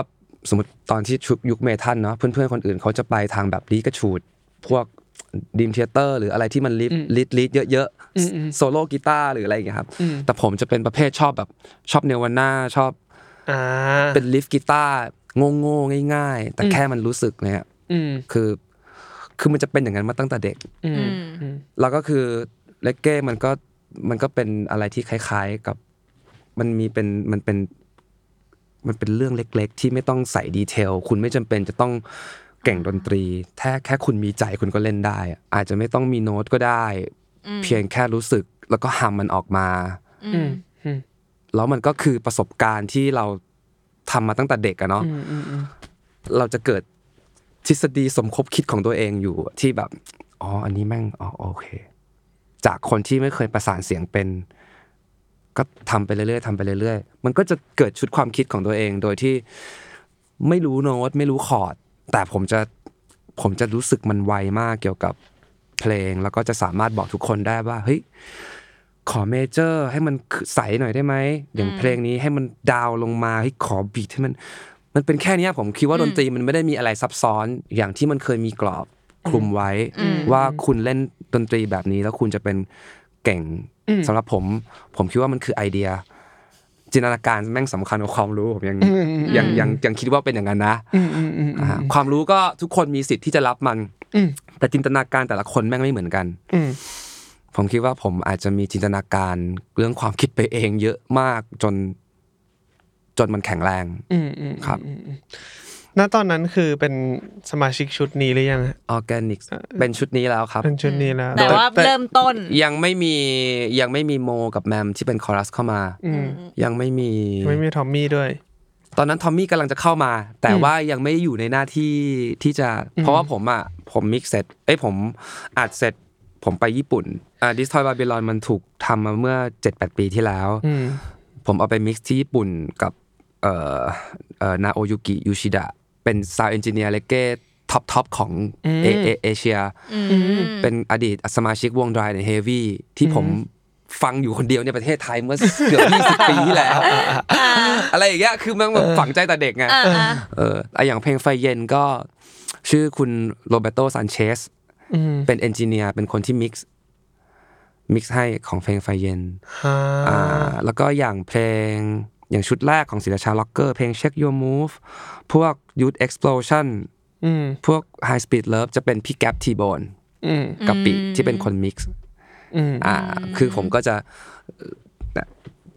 S3: สมมติตอนที่ชุยุคเมทัลเนาะเพื่อนๆคนอื่นเขาจะไปทางแบบลีกระชูด พวกดีมเทเตอร์หรืออะไรที่มันลิดลิดลิดเยอะๆโซโล่กีตาร์หรืออะไรอย่างเงี้ยครับ แต่ผมจะเป็นประเภทชอบแบบชอบเนวาน่าชอบ
S2: อ่า
S3: เป็นลิฟกีตาร์โง่ๆง่าย ๆ แต่แค่มันรู้สึกเนี่ย
S2: อืม
S3: คือ คือมันจะเป็นอย่างนั้นมาตั้งแต่เด็ก
S2: อืม
S1: อืม
S2: อืม
S3: แล้วก็คือเลกเก้มันก็มันก็เป็นอะไรที่คล้ายๆกับ มันมีเป็นมันเป็น มันเป็นเรื่องเล็ก ๆ ที่ไม่ต้องใส่ดีเทล คุณไม่จำเป็นจะต้องเก่งดนตรีแค่แค่คุณมีใจคุณก็เล่นได้อะอาจจะไม่ต้องมีโน้ตก็ได้
S1: อืม
S3: เพียงแค่รู้สึกแล้วก็หัมมันออกมา
S1: อื
S2: อื
S1: ม
S2: มอืม
S3: แล้วมันก็คือประสบการณ์ที่เราทำมาตั้งแต่เด็กอะเนาะ
S2: อืมอืมอืม
S3: เราจะเกิดทฤษฎีสมคบคิดของตัวเองอยู่ที่แบบ อ๋อ อันนี้แม่ง อ๋อ โอเค จากคนที่ไม่เคยประสานเสียงเป็น ก็ทำไปเรื่อยๆทำไปเรื่อยๆ มันก็จะเกิดชุดความคิดของตัวเอง โดยที่ไม่รู้โน้ตไม่รู้คอร์ด แต่ผมจะผมจะรู้สึกมันไวมากเกี่ยวกับเพลง แล้วก็จะสามารถบอกทุกคนได้ว่า เฮ้ย ขอเมเจอร์ ให้มันใสหน่อยได้ไหม อย่างเพลงนี้ให้มันดาวน์ลงมาให้ยขอบีทให้มัน มันเป็นแค่เนี้ยผมคิดว่า
S1: อืม
S3: ดนตรีมันไม่ได้มีอะไรซับซ้อนอย่างที่มันเคยมีกรอบคลุมไว้
S1: อืม
S3: ว่าคุณเล่นดนตรีแบบนี้แล้วคุณจะเป็นเก่ง
S2: อืม
S3: สำหรับผม ผมคิดว่ามันคือไอเดีย จินตนาการแม่งสำคัญกว่าความรู้ผมยัง
S2: อืมอืม
S3: ยังยังยังคิดว่าเป็นอย่างนั้นนะ
S2: อืมอืมอืม
S3: อ่าความรู้ก็ทุกคนมีสิทธิ์ที่จะรับมัน
S2: อืม
S3: แต่จินตนาการแต่ละคนแม่งไม่เหมือนกัน
S2: อืม
S3: ผมคิดว่าผมอาจจะมีจินตนาการเรื่องความคิดไปเองเยอะมากจน จนมันแข็งแรง
S2: อืมอืม
S3: ครับ
S2: อืมอืมณตอนนั้นคือเป็นสมาชิกชุดนี้หรือยังฮะ
S3: ออร์แกนิกเป็นชุดนี้แล้วครับ
S2: เป็นชุดนี้แล้ว
S1: แต่ว่าเริ่มต้น
S3: ยังไม่มียังไม่มีโมกับแมมที่เป็นคอรัสเข้ามา
S2: อืม
S3: ยังไม่มี
S2: ไม่มีทอมมี่ด้วย
S3: ตอนนั้นทอมมี่กำลังจะเข้ามา แต่ว่ายังไม่ได้อยู่ในหน้าที่ที่จะ เพราะว่าผมอ่ะผมมิกเสร็จเอ้ยผมอัดเสร็จผมไปญี่ปุ่นอ่าดิสทอยบาบิลอนมันถูกทำมาเมื่อ 7-8 ปีที่แล้ว
S2: อืม
S3: ผมเอาไปมิกซ์ที่ญี่ปุ่นกับเอ่อเอ่อนาโอยุกิยูชิดะเป็นซาวเอนจิเนียร์เลเก้ท็อปท็อปของ
S2: อืม
S3: เอเอเอเชีย
S1: อืม
S3: เป็นอดีตสมาชิกวงดรายในเฮวี่ที่ผมฟังอยู่คนเดียวในประเทศไทยเมื่อ เกือบ 20 ปีที่แล้ว อะไรอย่างเงี้ยคือมันแบบฝังใจแต่เด็กไง
S1: อ่าอ่า
S3: เอออ่ะอย่างเพลงไฟเย็นก็ชื่อคุณโรเบโตซานเชส
S2: อืม
S3: เป็นเอนจิเนียร์เป็นคนที่มิกซ์มิกซ์ให้ของเพลงไฟเย็น
S2: ฮะ
S3: อ่าแล้วก็อย่างเพลงอย่างชุดแรกของศิลชาล็อกเกอร์เพลง Check Your Move พวก Youth Explosion
S2: อืม
S3: พวก High Speed Love จะเป็นพี่แก๊ปทีโบน
S2: อืม
S3: กับปิที่เป็นคนมิกซ์
S2: อืม
S3: อ่าคือผมก็จะเอ่อ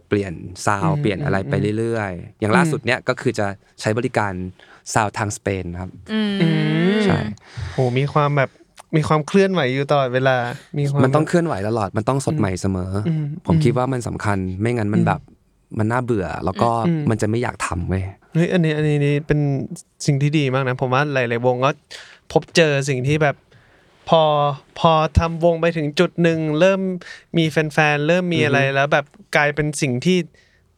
S3: เปลี่ยนซาวเปลี่ยนอะไรไปเรื่อยๆ อย่างล่าสุดเนี้ยก็คือจะใช้บริการซาวทางสเปนครับใช่
S2: โหมีความแบบมีความเคลื่อนไหวอยู่ตลอดเวลา มีความ
S3: มันต้องเคลื่อนไหวตลอดมันต้องสดใหม่เสมออผมคิดว่ามันสำคัญไม่งั้นมันแบบมันน่าเบื่อ แล้วก็มันจะไม่อยากทำเว้ย
S2: เฮ้ยอันนี้อันนี้นี่เป็นสิ่งที่ดีมากนะ ผมว่าหลายๆวงก็พบเจอสิ่งที่แบบ พอพอทำวงไปถึงจุดหนึ่งเริ่มมีแฟนๆเริ่มมีอะไรแล้วแบบกลายเป็นสิ่งที่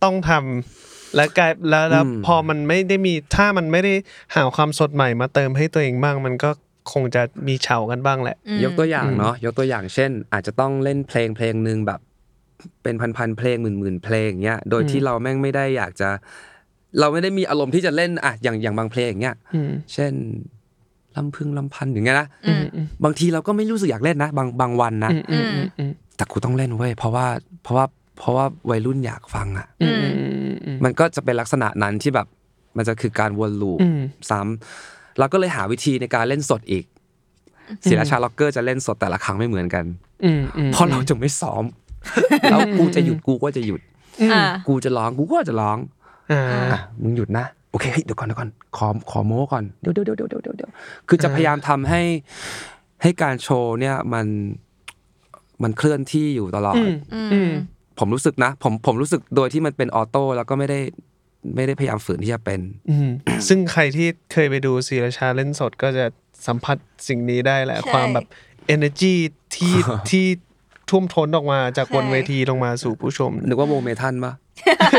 S2: ต้องทำแล้วกลายแล้วแล้วพอมันไม่ได้มีถ้ามันไม่ได้หาความสดใหม่มาเติมให้ตัวเองบ้าง มันก็คงจะมีเฉากันบ้างแหละ
S3: ยกตัวอย่างเนาะยกตัวอย่างเช่น อาจจะต้องเล่นเพลงเพลงหนึ่งแบบ เป็นพันๆเพลงหมื่นๆเพลงอย่างเงี้ยโดยที่เราแม่งไม่ได้อยากจะ เราไม่ได้มีอารมณ์ที่จะเล่นอะอย่างอย่างบางเพลงอย่างเงี้ย
S2: อืม
S3: เช่นลำพึงลำพันอย่างเงี้ยนะ
S1: อืม
S3: บางทีเราก็ไม่รู้สึกอยากเล่นนะ บางบางวันนะ
S1: อืม
S3: แต่กูต้องเล่นเว้ยเพราะว่าเพราะว่าเพราะว่าวัยรุ่นอยากฟังอ่ะ
S1: อืม
S3: มันก็จะเป็นลักษณะนั้นที่แบบมันจะคือการวนลูปซ้ำเราก็เลยหาวิธีในการเล่นสดอีกศิลาชาล็อกเกอร์จะเล่นสดแต่ละครั้งไม่เหมือนกัน
S2: อืมอืม
S3: เพราะเราจะไม่ซ้อม แล้วกูจะหยุดกูก็จะหยุด
S1: อ่า
S3: กูจะร้องกูก็จะร้อง
S2: อ่า
S3: อ่ะมึงหยุดนะ โอเคเฮ้ยเดี๋ยวก่อนเดี๋ยวก่อนขอขอโม้ก่อนเดี๋ยวเดี๋ยวเดี๋ยวเดี๋ยวเดี๋ยวเดี๋ยวคือจะพยายามทำให้ให้การโชว์เนี่ยมันมันเคลื่อนที่อยู่ตลอด
S1: อืม
S3: ผมรู้สึกนะ ผมผมรู้สึกโดยที่มันเป็นออโต้แล้วก็ไม่ได้ไม่ได้พยายามฝืนที่จะเป็น
S2: อืมซึ่งใครที่เคยไปดูศรีราชาเล่นสดก็จะสัมผัสสิ่งนี้ได้แหละ
S1: ใช่
S2: ความแบบ energy ที่ ที่ท่วมท้นออกมาจากบน
S1: ใช่
S2: เวทีลงมาสู่ผู้ชม
S3: นึกว่าโมเมทันปะ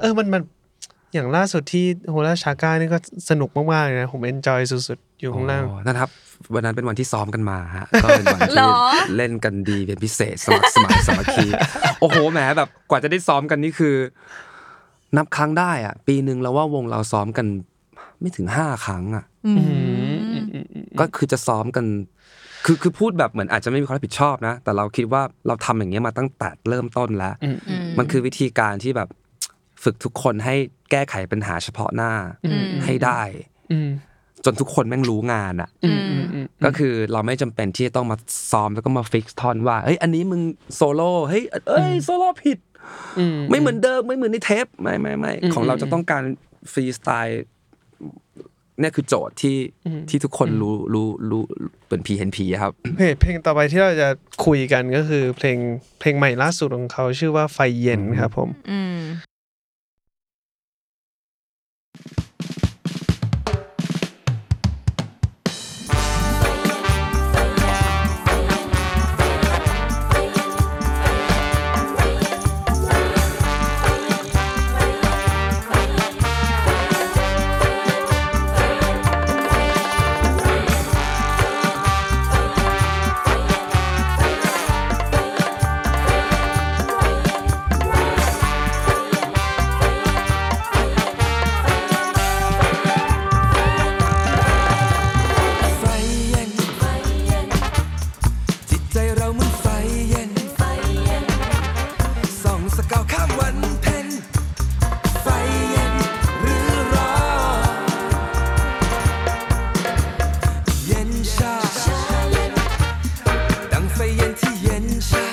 S2: เออมันมันอย่างล่าสุดที่โฮล่าชาก้านี่ก็สนุกมากๆเลยนะ ผม enjoy สุดๆ อยู่ข้างล่าง
S3: อ๋อนั่นครับ วันนั้นเป็นวันที่ซ้อมกันมา ฮะ ก็เป็นวัน
S1: หร
S3: ที่
S1: อ
S3: เล่นกันดีเป็นพิเศษสมัครสมัครสามัค คีโอ้โหแหมแบบกว่าจะได้ซ้อมกันนี่คือ นับครั้งได้อ่ะ ปีหนึ่งเราว่าวงเราซ้อมกัน ไม่ถึงห้าครั้งอ่ะ ก็คือจะซ้อมกัน คือคือพูดแบบเหมือนอาจจะไม่มีความรับผิดชอบนะ แต่เราคิดว่าเราทำอย่างเงี้ยมาตั้งแต่เริ่มต้นแล้ว มันคือวิธีการที่แบบฝึกทุกคนให้แก้ไขปัญหาเฉพาะหน้าให้ได้
S2: อืม
S3: จนทุกคนแม่งรู้งานอ่ะ
S1: อืม
S3: ก็คือเราไม่จำเป็นที่จะต้องมาซ้อมแล้วก็มาฟิกซ์ท่อนว่าเฮ้ยอันนี้มึงโซโล่เฮ้ยเอ้ยโซโล่ผิด ไม่เหมือนเดิมไม่เหมือนในเทปไม่ไม่ไม่
S2: อืม
S3: ของเราจะต้องการฟรีสไตล์เนี่ยคือโจทย์ที่
S2: อืม
S3: ที่ทุกคนรู้รู้รู้เป็นผีเห็นผีอะครับ
S2: เพลงเพลงต่อไปที่เราจะคุยกันก็คือเพลงเพลงใหม่ล่าสุดของเขาชื่อว่าไฟเย็นครับผม
S1: อืม
S4: ไฟเย็น จิตใจเราเหมือนไฟเย็น ส่องสกาวข้ามวันเพ็ญไฟเย็นหรือร้อนเย็นชา ดังไฟเย็นที่เย็นชา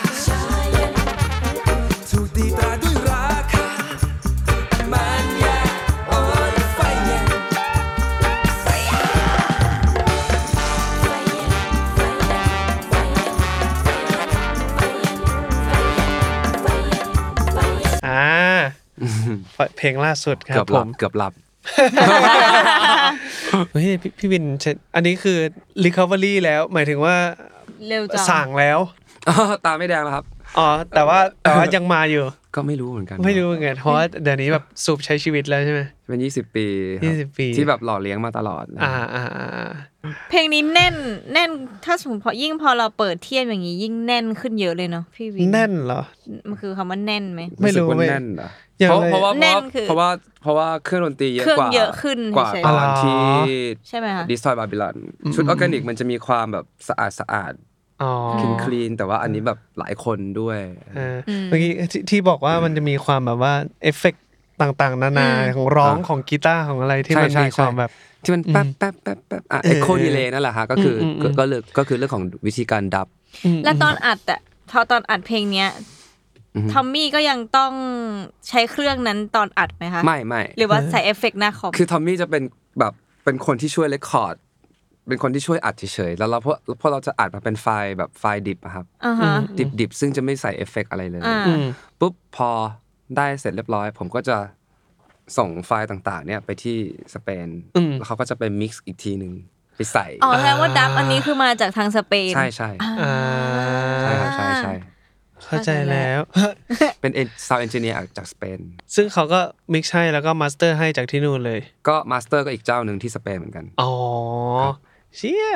S4: ถูกตีตราด้วยราคา มันยาอ่อนไฟเย็น
S2: อ่าเพลงล่าสุดครั
S3: เกือ
S2: บบ ผ
S3: หลับ
S2: ม
S3: เกือบหลับ
S2: เฮ้ยพี่พี่วินเช็ดอันนี้คือ recovery แล้วหมายถึงว่า
S1: เร็วจัง
S2: สั่งแล้ว
S3: ตาไม่แดงแล้วครับ
S2: อ๋อแต่ว่าแต่ว่ายังมาอยู่
S3: ก็ไม่รู้เหมือนกัน
S2: ไม่รู้เหมือนกันเพราะว่าเดี๋ยวนี้แบบสูบใช้ชีวิตแล้วใช่ไหม
S3: เป็นยี่สิบปีครั
S2: ยี่สิบปี
S3: ที่แบบหล่อเลี้ยงมาตลอดนะ
S2: อ่าอ่าอ่า
S1: เพลงนี้แน่น แน่นถ้าสมมติพอยิ่งพอเราเปิดเทียบอย่างนี้ ยิ่งแน่นขึ้นเยอะเลยเนาะพี่วิน
S2: แน่นเหรอ
S1: มันคือคำว่าแน่นไหม
S2: ไม่รู้
S3: สึกว่า
S2: ไม่
S3: แน่นเหรอ
S2: อย่าง
S3: เพ
S2: ไร
S3: ราะเพราะว่า
S1: แน่นคือ
S3: เพราะว่าเพราะว่าเครื่องดนตรีเยอะ
S1: เครื่อง
S3: กว่า
S1: เยอะขึ้น
S3: กว่า
S1: เฉยๆ
S3: ตอนที่
S1: ใช่ไหมคะ
S3: ดิสทอยบาบิลัน
S2: อืม
S3: ชุดออร์แกนิกมันจะมีความแบบสะอาดสะอาด
S2: อ๋อ
S3: คลีนคลีนแต่ว่าอันนี้แบบหลายคนด้วย
S2: เอออ
S1: ม
S2: เมื่อกี้ที่ที่บอกว่ามันจะมีความแบบว่าเอฟเฟกต่างๆ นานา
S1: อืม
S2: ของร้องของกีตาร์ของอะไรที่
S3: ใช่
S2: มัน
S3: ใช่
S2: มีความ
S3: ใช่
S2: แบบ
S3: ที่มันแป๊บแป๊บแป๊บแป๊บอ่ะ
S2: เออ
S3: เอโคดีเลยนั่นแหละฮะก็คืออ
S2: มอืม
S3: ก็ก็เลือกก็คือเรื่องของวิธีการดับ
S1: แล้วตอนอัดอะพอตอนอัดเพลงเนี้ย
S3: อือฮึ
S1: ทอมมี่ก็ยังต้องใช้เครื่องนั้นตอนอัดไหมคะ
S3: ไม่ไม่
S1: หรือว่าใส่เอฟเฟกต์หน้าคอม
S3: คือทอมมี่จะเป็นแบบเป็นคนที่ช่วยเรคคอร์ด เป็นคนที่ช่วยอัดเฉยๆแล้วเราพวกพวกเราจะอัดมาเป็นไฟล์แบบไฟล์ดิบอะครับ
S1: อ่าฮะ
S3: ดิบดิบซึ่งจะไม่ใส่เอฟเฟกต์อะไรเลย
S1: อ่า
S2: อืม
S3: ปุ๊บพอได้เสร็จเรียบร้อย ผมก็จะส่งไฟล์ต่างๆ เนี่ยไปที่สเปน
S2: อืม
S3: แล้วเขาก็จะไปมิกซ์อีกทีหนึ่งไปใส่
S1: อ๋อแสดงว่าดับอันนี้คือมาจากทางสเปน
S3: ใช่ใช่
S2: อ่า
S3: ใช่ครับใช่ใช่
S2: เข้าใจแล้ว
S3: เป็นซาวเอนจิเนียร์จากสเปน
S2: ซึ่งเขาก็มิกซ์ให้แล้วก็มาสเตอร์ให้จากที่นู่นเลย
S3: ก็มาสเตอร์ก็อีกเจ้าหนึ่งที่สเปนเหมือนกัน
S2: อ๋อ เชี่ย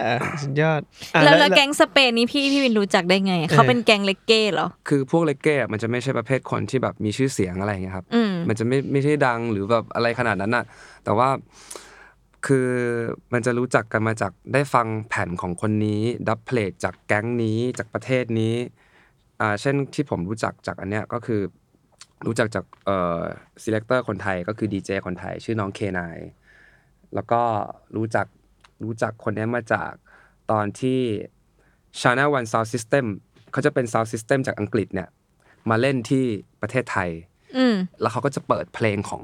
S2: สุดยอดอ่ะ
S1: แล้วแล้วแก๊งสเปนนี้พี่พี่วินรู้จักได้ไง เขาเป็นแก๊งเลกเก้เหรอ
S3: คือพวกเลเก้อะมันจะไม่ใช่ประเภทคนที่แบบมีชื่อเสียงอะไรอย่างเงี้ยครับ
S1: อืม
S3: มันจะไม่ไม่ใช่ดังหรือแบบอะไรขนาดนั้นน่ะ แต่ว่าคือมันจะรู้จักกันมาจากได้ฟังแผ่นของคนนี้ ดับเพลทจากแก๊งนี้จากประเทศนี้อ่าเช่นที่ผมรู้จักจากอันเนี้ยก็คือ รู้จักจากเอ่อซีเลคเตอร์คนไทยก็คือดีเจคนไทย ชื่อน้องเคนายแล้วก็รู้จักรู้จักคนเนี้ยมาจากตอนที่ China One Sound System เขาจะเป็น Sound System จากอังกฤษเนี่ยมาเล่นที่ประเทศไทย
S1: อืม
S3: แล้วเขาก็จะเปิดเพลงของ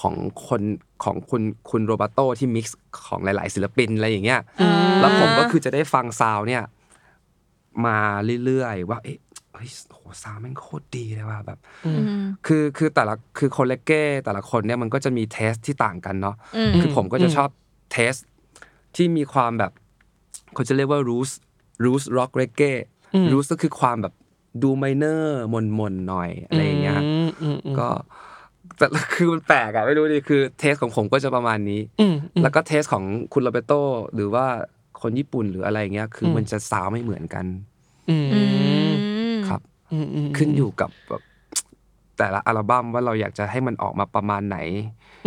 S3: ของคนของคุณคุณโรบัโตที่มิกซ์ของหลาย ๆ ศิลปินอะไรอย่างเงี้ย แล้วผมก็คือจะได้ฟังซาวน์เนี่ย มาเรื่อย ๆ ว่าเอ๊ะเฮ้ยโหซาวน์แม่งโคตรดีเลยว่ะแบบ
S1: อืม
S3: คือคือแต่ละคือคนเลเก้แต่ละคนเนี่ยมันก็จะมีเทสที่ต่างกันเนาะ
S1: อืม
S3: คือผมก็จะชอบเทสที่มีความแบบเขาจะเรียกว่า roots roots rock reggae roots ก็คือความแบบดูไมเนอร์มนๆหน่อยอะไรอย่างเงี้ย
S2: อืมอืมอืม
S3: ก็แต่ละคือมันแปลกอะไม่รู้ดิคือเทสของผมก็จะประมาณนี้
S2: อืมอืม
S3: แล้วก็เทสของคุณโรเบโตหรือว่าคนญี่ปุ่นหรืออะไรเงี้ย คือมันจะสาวไม่เหมือนกัน
S2: อืม
S1: อืม
S3: ครับ
S2: อืมอืม
S3: ขึ้นอยู่กับแบบแต่ละอัลบั้มว่าเราอยากจะให้มันออกมาประมาณไหน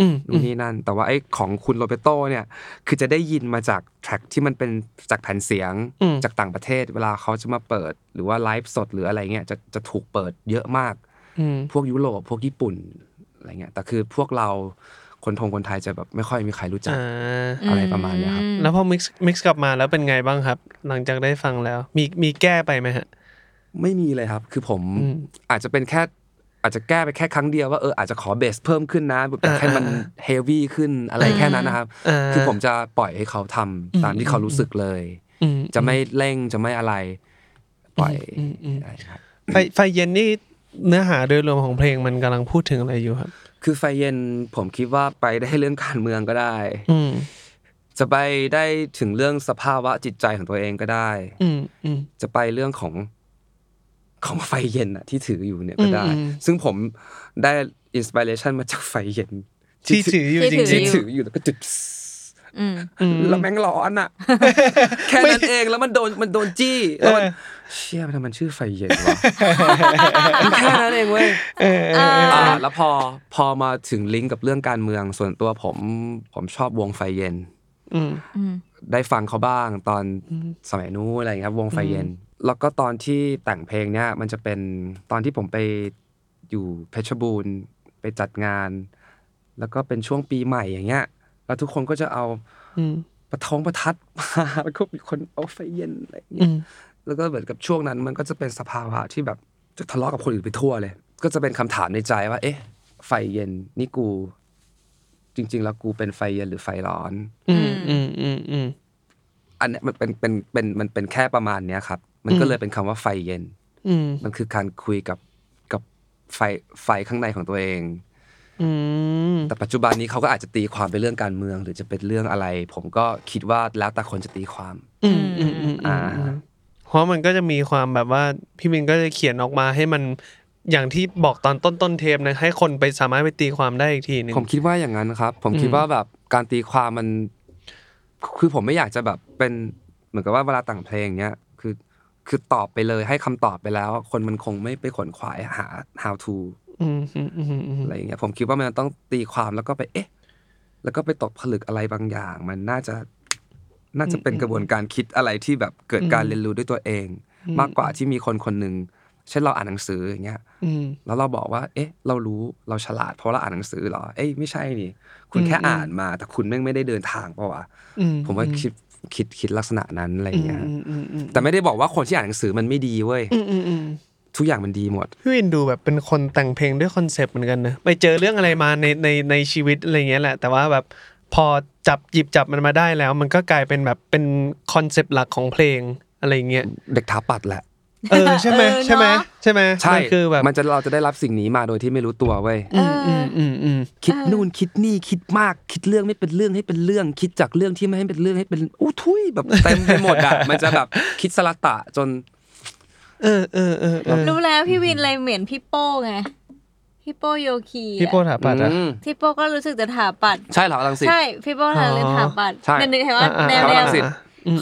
S2: อืม
S3: นู่นนี่นั่น แต่ว่าไอ้ของคุณโรเบโตเนี่ย คือจะได้ยินมาจากแทร็กที่มันเป็นจากแผ่นเสียงจากต่างประเทศ เวลาเขาจะมาเปิด หรือว่าไลฟ์สดหรืออะไรเงี้ยจะจะถูกเปิดเยอะมาก
S2: อืม
S3: พวกยุโรปพวกญี่ปุ่นอะไรเงี้ยแต่คือพวกเรา คนทงคนไทยจะแบบไม่ค่อยมีใครรู้จัก
S2: อ่า
S3: อะไรประมาณเนี้ยครับ
S1: อืม
S2: แล้วพอ mix mix กลับมาแล้วเป็นไงบ้างครับ หลังจากได้ฟังแล้ว มีมีแก้ไปไหมฮะ
S3: ไม่มีเลยครับ คือผม
S2: อืม
S3: อาจจะเป็นแค่อาจจะแก้ไปแค่ครั้งเดียวว่าเอออาจจะขอเบสเพิ่มขึ้นนะแบบอยากให้มัน
S2: อ่า
S3: เฮฟวี่ขึ้นอะไรแค่นั้นนะครับ
S2: อ่า
S3: คือผมจะปล่อยให้เขาทำตาม
S2: อืม
S3: ที่เขารู้สึกเลย
S2: อืม
S3: จะไม่เร่งจะไม่อะไร ปล่อย
S2: อืมอืม
S3: ได้ครับ
S2: ไฟไฟเย็นนี่เนื้อหาโดยรวมของเพลงมันกำลังพูดถึงอะไรอยู่ครับ
S3: คือไฟเย็นผมคิดว่าไปได้เรื่องการเมืองก็ได้
S2: อืม
S3: จะไปได้ถึงเรื่องสภาวะจิตใจของตัวเองก็ได้
S2: อืมอืม
S3: จะไปเรื่องของของไฟเย็นอะที่ถืออยู่เนี่ยก็ได้
S2: อืมอืม
S3: ซึ่งผมได้อินสปิเรชันมาจากไฟเย็น
S2: ที่ถืออยู่จริ
S3: ที่
S2: ง
S3: ถืออยู่แล้วก็จุด
S1: อืม
S2: ๆอืม
S3: แล้วแม่งร้ อนอ่ะ แค่นั้นเองแล้วมันโดนมันโดนจี้แล้วมัน
S2: เออ
S3: เชี่ยมันทำไมมันชื่อไฟเย็นวะ มันแค่นั้นเองเว้ย
S2: เออเออ
S3: อ่าแล้วพอพอมาถึงลิงก์กับเรื่องการเมืองส่วนตัวผมผมชอบวงไฟเย็น
S2: อืม
S1: อืม
S3: ได้ฟังเขาบ้างตอนสมัยนู้นอะไรอย่างเงี้ยครับวงไฟเย็น แล้วก็ตอนที่แต่งเพลงเนี่ยมันจะเป็นตอนที่ผมไปอยู่เพชรบูรณ์ไปจัดงาน แล้วก็เป็นช่วงปีใหม่อย่างเงี้ยแล้วทุกคนก็จะเอา
S2: อืม
S3: ประท้องประทัดมา แล้วก็มีคนเอาไฟเย็นอะไรอย่าง
S2: อื
S3: เงี้ย
S2: ม
S3: แล้วก็เหมือนกับช่วงนั้นมันก็จะเป็นสภาวะที่แบบจะทะเลาะกับคนอื่นไปทั่วเลย ก็จะเป็นคำถามในใจว่า เอ๊ะ ไฟเย็นนี่กู จริง ๆ แล้วกูเป็นไฟเย็นหรือไฟร้อน
S2: อืมอืมอืมอืม
S3: อันเนี้ยมันเป็นเป็นเป็นมันเป็นแค่ประมาณเนี้ยครับ มันก็เลยเป็นคำว่าไฟเย็น
S2: อืม
S3: มันคือการคุยกับกับไฟไฟข้างในของตัวเอง
S2: อืม
S3: แต่ปัจจุบันนี้เขาก็อาจจะตีความเป็นเรื่องการเมือง หรือจะเป็นเรื่องอะไร ผมก็คิดว่าแล้วแต่คนจะตีความ
S2: อืมอืมอืม
S3: อ่า
S2: เพราะมันก็จะมีความแบบว่าพี่บินก็จะเขียนออกมาให้มันอย่างที่บอกตอนต้นต้นเทปนะให้คนไปสามารถไปตีความได้อีกทีหนึง
S3: ผมคิดว่าอย่างนั้นครับ ผมคิด
S2: อืม
S3: ว่าแบบการตีความมัน คือผมไม่อยากจะแบบเป็นเหมือนกับว่าเวลาแต่างเพลงเนี้ยคือคือตอบไปเลยให้คำตอบไปแล้ว คนมันคงไม่ไปขวนขวายหา how to
S2: อืมอืมอืมอืม
S3: อะไรอย่างเงี้ยผมคิดว่ามันต้องตีความแล้วก็ไปเอ๊ะ แล้วก็ไปตกผลึกอะไรบางอย่าง มันน่าจะน่าจะเป็นกระบวนการคิดอะไรที่แบบเกิดการเรียนรู้ด้วยตัวเอง มากกว่าที่มีคนคนหนึ่งเช่นเราอ่านหนังสืออย่างเงี้ย
S2: อืม
S3: แล้วเราบอกว่า เอ๊ะ เรารู้เราฉลาดเพราะเราอ่านหนังสือเหรอเอ้ยไม่ใช่นี่ คุณแค่
S2: อืม
S3: อ่านมา แต่คุณแม่งไม่ได้เดินทางเปล่าวะ
S2: อื
S3: ผมว่าคิดคิดคิดลักษณะนั้นอะไรอย่างเงี้ย
S2: อืมอืมอืม
S3: แต่ไม่ได้บอกว่าคนที่อ่านหนังสือมันไม่ดีเว้ย
S2: อืมอืมอืม
S3: ทุกอย่างมันดีหมด
S2: พี่วินดูแบบเป็นคนแต่งเพลงด้วยคอนเซปต์เหมือนกันนะไปเจอเรื่องอะไรมาในในในชีวิตอะไรเงี้ยแหละ แต่ว่าแบบพอจับหยิบจับมันมาได้แล้ว มันก็กลายเป็นแบบเป็นคอนเซปต์หลักของเพลงอะไรเงี้ย
S3: เด็กถาปัดแหละ
S2: เออใช่ไหม
S1: เออ
S2: ใช่ไหม
S1: เนอะ
S2: ใช่ไหม
S3: ใช่
S2: มันคือแบบ
S3: มันจะเราจะได้รับสิ่งนี้มาโดยที่ไม่รู้ตัวเว้ย
S2: อืมอืมอืมอืม
S3: คิดนู่นคิดนี่คิดมากคิดเรื่องไม่เป็นเรื่องให้เป็นเรื่อง คิดจากเรื่องที่ไม่ให้เป็นเรื่องให้เป็นอู้ทุยแบบเต็มไปหมด อ่ะ มันจะแบบคิดสลัตะจน
S2: เออเออเออเออ
S1: รู้แล้วพี่วินเลยเหมือนพี่โป้ไง พี่โป้โยคีอะ
S2: พี่โป้ถามปัดอะ
S3: อืม
S1: พี่โป้ก็รู้สึกจะถาปัด
S3: ใช่เหรอลังสิต
S1: ใช่ พี่โป้ทางเล่นถาปัด
S3: ใช่
S1: เนี่ยนึกเห็นว่า
S2: อ่า
S1: แนว
S2: อ่า
S1: แนว
S3: รังสิต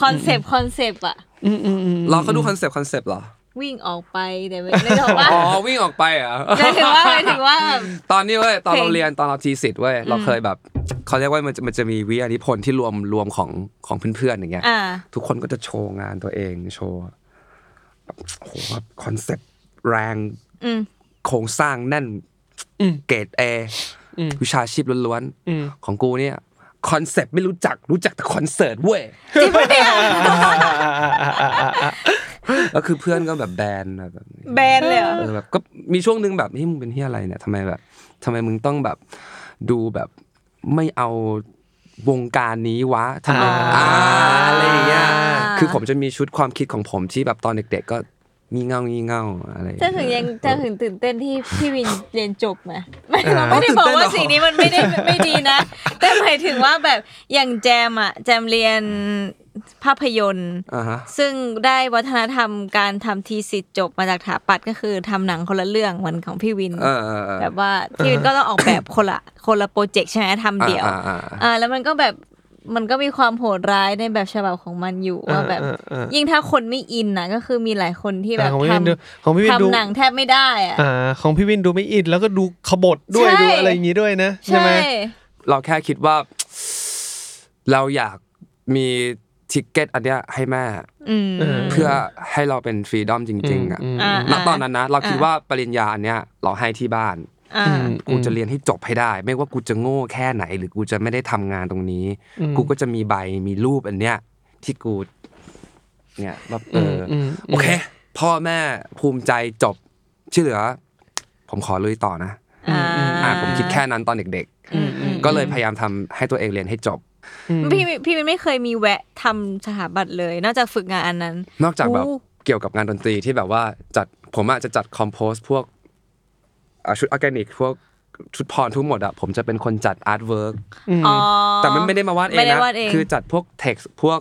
S1: คอนเซปต์คอนเซปต์อะ
S2: อืมอืมอืม
S3: เราเขาดูคอนเซปต์คอนเซปต์เหรอ
S1: วิ่งออกไปแต่ไม่ได้บอกว่า
S3: อ๋อวิ่งออกไปเหรอ่ะ
S1: หมายถึงว่าหมายถึงว่าแบบ
S3: ตอนนี้เว้ยตอน
S1: เพลง
S3: เราเรียนตอนเราทีสิทธ์เว้ยเราเคยแบบเขาเรียกว่ามันจะมันจะมีวิทยานิพนธ์ที่รวมรวมของของเพื่อนๆอย่างเงี้ย
S1: อ่า
S3: ทุกคนก็จะโชว์งานตัวเองโชว์แบบโอ้โหแบบคอนเซปต์แรง
S1: อืม
S3: โครงสร้างแน่นเกรดเอวิชาชีพล้วนๆ ของกูเนี่ย คอนเซปต์ไม่รู้จักรู้จักแต่คอนเสิร์ตเว้ย แล้วคือเพื่อนก็แบบแบนแบบ
S1: แบนเลยเหรอ
S3: เออแบบก็มีช่วงหนึ่งแบบเฮ้ยมึงเป็นที่อะไรเนี่ยทำไมแบบทำไมมึงต้องแบบดูแบบไม่เอาวงการนี้วะทำไมอ่าอะไรอย่างเงี้ยคือผมจะมีชุดความคิดของผมที่แบบตอนเด็ก ๆ ก็งี่เง่างี่เง่าอะไรอย่าง
S1: จะ
S3: เงี้ย
S1: ถึงยังจะถึงตื่นเต้นที่พี่วินเรียนจบไหมไม่
S2: อ่า
S1: ไม่ได้
S3: ตื่น
S1: บอก
S3: เต้นเหรอ
S1: ว่าสิ่งนี้มันไม่ได้ไม่ดีนะ แต่หมายถึงว่าแบบอย่างแจมอะแจมเรียนภาพยนตร์
S3: อ่าฮะ
S1: ซึ่งได้วัฒนธรรมการทำทีสิทธิ์จบมาจากถาปัดก็คือทำหนังคนละเรื่องเหมือนของพี่วิน
S3: เออเออเออ
S1: แบบว่าพี่วินก็ต้องออกแบบคนละคนละโปรเจกต์ใช่ไหมทำเดี่ยว
S3: อ่าอ่าอ่า
S1: อ่าแล้วมันก็แบบมันก็มีความโหดร้ายในแบบฉบับของมันอยู่ว่าแบบ
S2: เออเออเออ
S1: ยิ่งถ้าคนไม่อินนะก็คือมีหลายคนที่แบบ
S2: ของพี่
S1: ท
S2: วินดูของพี่วิ
S1: ำ
S2: นดู
S1: ทำหนังแทบไม่ได้อะ
S2: อ่าของพี่วินดูไม่อินแล้วก็ดูขบฏด้วย
S1: ใช่
S2: ดูอะไรอย่างงี้ด้วยนะใช่
S1: ใช่
S2: ไหม
S3: เราแค่คิดว่า เราอยากมีทิกเก็ตอันเนี้ยให้แม่
S1: อืม
S3: เพื่อให้เราเป็นฟรีดอมจริง ๆอ่ะ
S2: อืม
S1: อ่า
S3: ณตอนนั้นนะ เราคิดว่าปริญญาอันเนี้ยเราให้ที่บ้าน
S1: อ่า
S2: อืม
S3: กูจะเรียนให้จบให้ได้ ไม่ว่ากูจะโง่แค่ไหน หรือกูจะไม่ได้ทำงานตรงนี้ กูก็จะมีใบมีรูปอันเนี้ยที่กู เนี่ยรับเอออ
S2: ม
S3: โอเค พ่อแม่ภูมิใจจบที่เหลือ ผมขอลุยต่อนะ
S1: อ่า
S3: อ่ะผมคิดแค่นั้นตอนเด็ก
S1: อืมอืม
S3: ๆ ก็เลยพยายามทำให้ตัวเองเรียนให้จบ
S1: พี่พี่เป็นไม่เคยมีแวะทำสถาบัตเลย นอกจากฝึกงานอันนั้น
S3: นอกจากแบบ
S1: โอ้
S3: เกี่ยวกับงานดนตรีที่แบบว่าจัดผมอาจจะจัดคอมโพสพวกอ่ะชุดออร์แกนิกพวกชุดพรทุกหมดอะผมจะเป็นคนจัดอาร์ตเวิร์ก
S1: อ๋อ
S3: แต่มันไม่ได้มาวาดเอง
S1: ไม่ได้
S3: นะ
S1: วาดเอง
S3: คือจัดพวกเท็กซ์พวก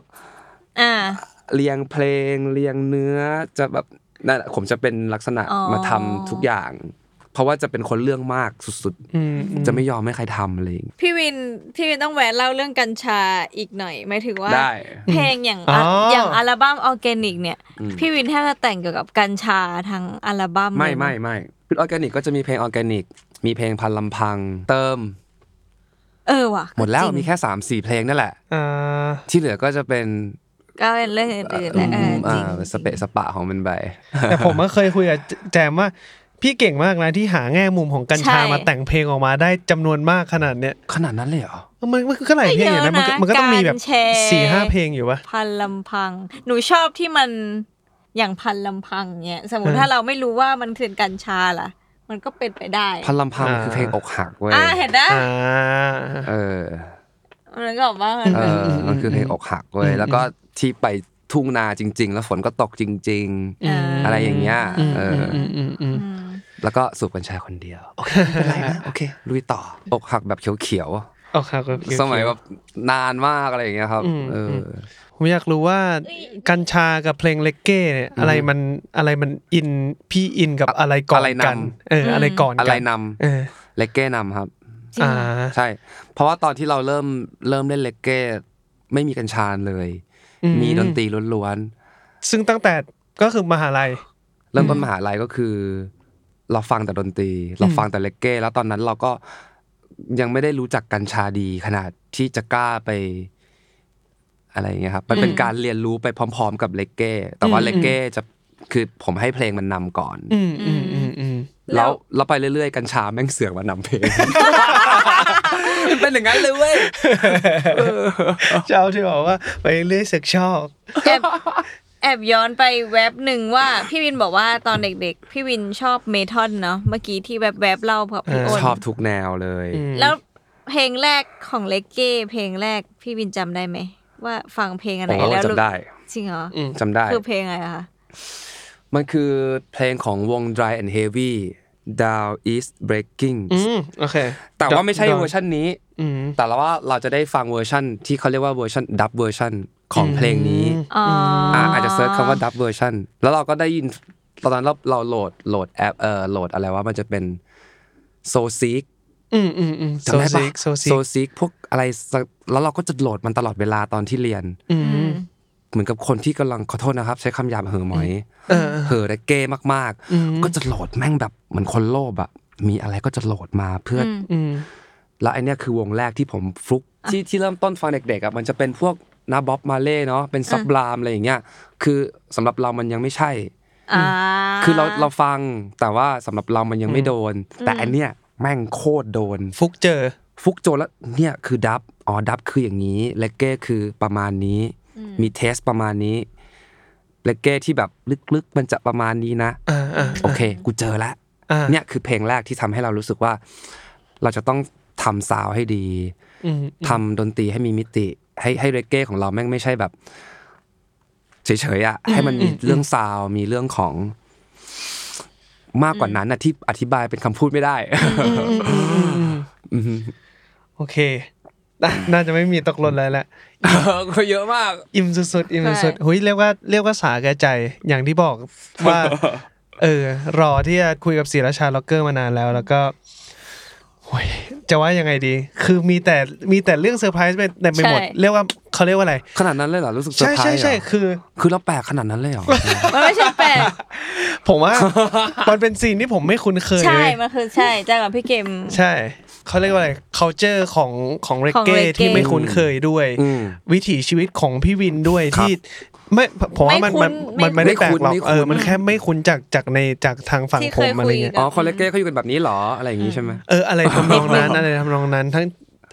S1: อ่า
S3: เรียงเพลงเรียงเนื้อจะแบบนั่นแหละผมจะเป็นลักษณะ
S1: อ๋อ
S3: มาทำทุกอย่าง เพราะว่าจะเป็นคนเรื่องมากสุดๆ จะไม่ยอมให้ใครทำอะไรอย่างงี้
S1: พี่วินพี่วินต้องแวะเล่าเรื่องกัญชาอีกหน่อยหมายถึงว่า
S3: ได้
S1: เพลงอย่าง
S2: อ๋ออ
S1: อย่างอัลบั้มออร์แกนิกเนี่ย
S3: อืม
S1: พี่วินแทบจะแต่งเกี่ยวกับกัญชาทั้งอัลบั้ม
S3: ไม่
S1: เลยนะ
S3: ไม่ไม่คือออร์แกนิกก็จะมีเพลงออร์แกนิก มีเพลงพันลำพัง เติม
S1: เออว่ะ
S3: หมดแล้ว
S1: จริง
S3: มีแค่ 3 4 เพลงนั่นแหละ
S2: อ่า
S3: ที่เหลือก็จะเป็น
S1: ก็เป็นเรื่องอื่นๆแหละเอออจริง
S3: อ่าสเปะสปะของมันไป
S2: แต่ผมก็เคยคุยกับแจมว่า พี่เก่งมากนะที่หาแง่มุมของกัญชามาแต่งเพลงออกมาได้จำนวนมากขนาดเนี้ย
S3: ขนาดนั้นเลยเหรอ
S2: มันมันคือเท่าไหร่เพลงอย่างนั้นมันก็มันก็ต้องมีแบบสี่ห้าเพลงอยู่ปะ
S1: พันลำพัง หนูชอบที่มันอย่างพันลำพังเนี่ยสมมติ
S2: เออ
S1: ถ้าเราไม่รู้ว่ามันคือกัญชาล่ะ มันก็เป็นไปได้
S3: พันลำพัง
S2: อ่า
S3: คือเพลงอกหักเว้ย
S1: อ่าเห็นนะ
S2: อ่า
S3: เออ
S1: มันก็บอกว่ามัน
S3: เออมันคือเพลงอกหักเว้ย
S2: อืม
S3: แล้วก็ที่ไปทุ่งนาจริง ๆ แล้วฝนก็ตกจริง
S1: อ่า
S3: ๆ อะไรอย่างเงี้ยเอออ
S2: อืมอืม
S1: อืม
S3: แล้วก็สูบกัญชาคนเดียวโอเคไม่เป็นไรนะโอเคลุยต่ออกหักแบบเขียว
S2: เอาครับครับ
S3: ๆสมัยแบบนานมากอะไรอย่างเงี้ยครับ
S2: อืม
S3: เอออ
S2: ผมอยากรู้ว่ากัญชากับเพลงเลกเก้เนี่ยอะไรมันอะไรมันอินพี่อินกับอะไรก่อน
S3: อะไรนำ
S2: กันเอออะไรก่อน
S3: อะไร
S2: กัน
S3: นำ
S2: เออ
S3: เลกเก้นำครับ
S1: จริง
S2: อ่า
S3: ใช่ เพราะว่าตอนที่เราเริ่มเริ่มเล่นเลกเก้ไม่มีกัญชาเลย
S2: อืม
S3: มีดนตรีล้วน
S2: ซึ่งตั้งแต่ก็คือมหาลัย
S3: ๆเริ่มต้นมหาลัยก็คือ เราฟังแต่ดนตรี เราฟังแต่เลกเก้แล้วตอนนั้นเราก็ยังไม่ได้รู้จักกัญชาดีขนาดที่จะกล้าไป อะไรอย่างเงี้ยครับมันเป็นการเรียนรู้ไปพร้อม ๆ กับเลกเก้แต่ว่าเลกเก้จะคือผมให้เพลงมันนำก่อน
S2: อืมอืมอืมอืม
S3: แล้วแล้วไปเรื่อยๆ กัญชาแม่งเสือกมานำ เพลง มันเป็นอย่างนั้นเลยเว้ย
S2: เจ้าที่บอกว่าไปเรื่อยเสกชอบ
S1: แอบแอบย้อนไปแว็บหนึ่งว่าพี่วินบอกว่าตอนเด็กๆ พี่วินชอบเมทัลเนาะเมื่อกี้ที่แวบๆเล่ากับพี่โอน
S3: ชอบทุกแนวเลย
S1: แล้วเพลงแรกของเลกเก้เพลงแรกพี่วินจำได้ไหม ว่าฟังเพลงอะไร
S3: โอ้
S1: แล้วรู้
S3: จำได้
S1: จริงเหรออ
S3: จำได้
S1: คือเพลงอะไรอะคะ
S3: มันคือเพลงของวง Dry and Heavy Down East Breaking
S2: อืมโอเค
S3: แต่ว่าไม่ใช่เวอร์ชันนี้
S2: อืม
S3: แต่ว่าเราจะได้ฟังเวอร์ชันที่เขาเรียกว่าเวอร์ชันดับเวอร์ชันของเพลงนี้
S1: อ๋ออ
S3: อ่าอาจจะเซิร์ชคำว่าดับเวอร์ชันแล้วเราก็ได้ยินตอนนั้นเราเราโหลดโหลดแอปเอ่อโหลดอะไรว่ามันจะเป็นโซซิก
S2: อืมอืมอืมโซ
S3: จำได้
S2: ซิ
S3: ปะ
S2: กโซซิก
S3: โซซิกพวกอะไรสักแล้วเราก็จะโหลดมันตลอดเวลาตอนที่เรียน
S2: อืม
S3: เหมือนกับคนที่กำลังขอโทษนะครับ ใช้คำหยาบเห่อะหมอย
S2: เออ
S3: เห่อและเก้มาก
S2: อืม
S3: ๆ ก็จะโหลดแม่งแบบเหมือนคนโลภอะมีอะไรก็จะโหลดมาเพื่ออ
S2: อืม
S3: แล้วไอเนี้ยคือวงแรกที่ผมฟลุกที่ที่เริ่มต้นฟังเด็กๆอะมันจะเป็นพวกนาบ๊อบมาเล่เนาะเป็นซับรามอะไรอย่างเงี้ยคือสำหรับเรามันยังไม่ใช่
S1: อ่า
S3: คือเราเราฟังแต่ว่าสำหรับเรามันยังไม่โดน แต่อันเนี้ยแม่งโคตรโดน
S2: ฟุกเจอ
S3: ฟุกโจแล้วเนี่ยคือดับอ๋อดับคืออย่างนี้เลกเก้คือประมาณนี้ มีเทสประมาณนี้เลกเก้ที่แบบลึกๆ มันจะประมาณนี้นะ
S2: อ่าอ่า
S3: โอเค กูเจอแล้ว
S2: อ่า
S3: เนี่ยคือเพลงแรกที่ทำให้เรารู้สึกว่า เราจะต้องทำซาวด์ให้ดี
S2: อืม
S3: ทำดนตรีให้มีมิติ ให้ให้เลกเก้ของเราแม่งไม่ใช่แบบเฉยๆอ่ะให้มันมีเรื่องซาวด์มีเรื่องของ มากกว่านั้นนะที่อธิบายเป็นคำพูดไม่ได้
S2: โอเคน่าน่าจะไม่มีตกหล่นอะไรละ
S3: ก็เยอะมาก
S2: อิ่มสุดๆอิ่มสุดๆหุยเรียกว่าเรียกว่าสาแก่ใจอย่างที่ บอกว่า เออ รอที่จะคุยกับศิราชาล็อกเกอร์มานานแล้วแล้วก็โอ้ยจะว่ายังไงดี คือมีแต่มีแต่เรื่องเซอร์ไพรส์เต็มไปหมด เรียกว่าเขาเรียกว่าอะไร
S3: ขนาดนั้นเลยเหรอรู้สึกเซอ
S2: ใช่
S3: ร์ไพรส์
S2: ใช่ใช่
S3: เหรอ
S2: คือ
S3: คือเราแปลกขนาดนั้นเลย เหรอ
S1: มันไม่ใช่แปลก
S2: ผ มว่า มันเป็นซีนที่ผมไม่คุ้นเคย
S1: ใช่
S2: เว้ย
S1: มันคือใช่จ้ากับพี่เกม
S2: ใช่ เขาเรียกว่าอะไร culture ของของเร
S1: ของ
S2: เก้
S1: reggae
S2: ที่ไม่คุ้นเคยด้วย
S3: อืม
S2: วิถีชีวิตของพี่วินด้วย
S3: ครับ
S2: ที่ไม่ผมว่ามัน
S1: ไม่คุ้น
S2: มันมันไม่
S3: ไม่
S2: ได้แปลกหรอก
S3: ไม่คุ้น
S2: เออมันแค่ไม่คุ้นจากจากในจากทางฝั่ง
S1: ที่
S2: ผ
S1: เคย
S2: มอะไรเงี้ย
S1: คุย
S3: อ๋อคอลเลกเก้เขาอยู่กันแบบนี้เหรออะไรอย่างงี้ใช่ไหม
S2: เอออะไรทำนองนั้นอะไรทำนองนั้นทั้ง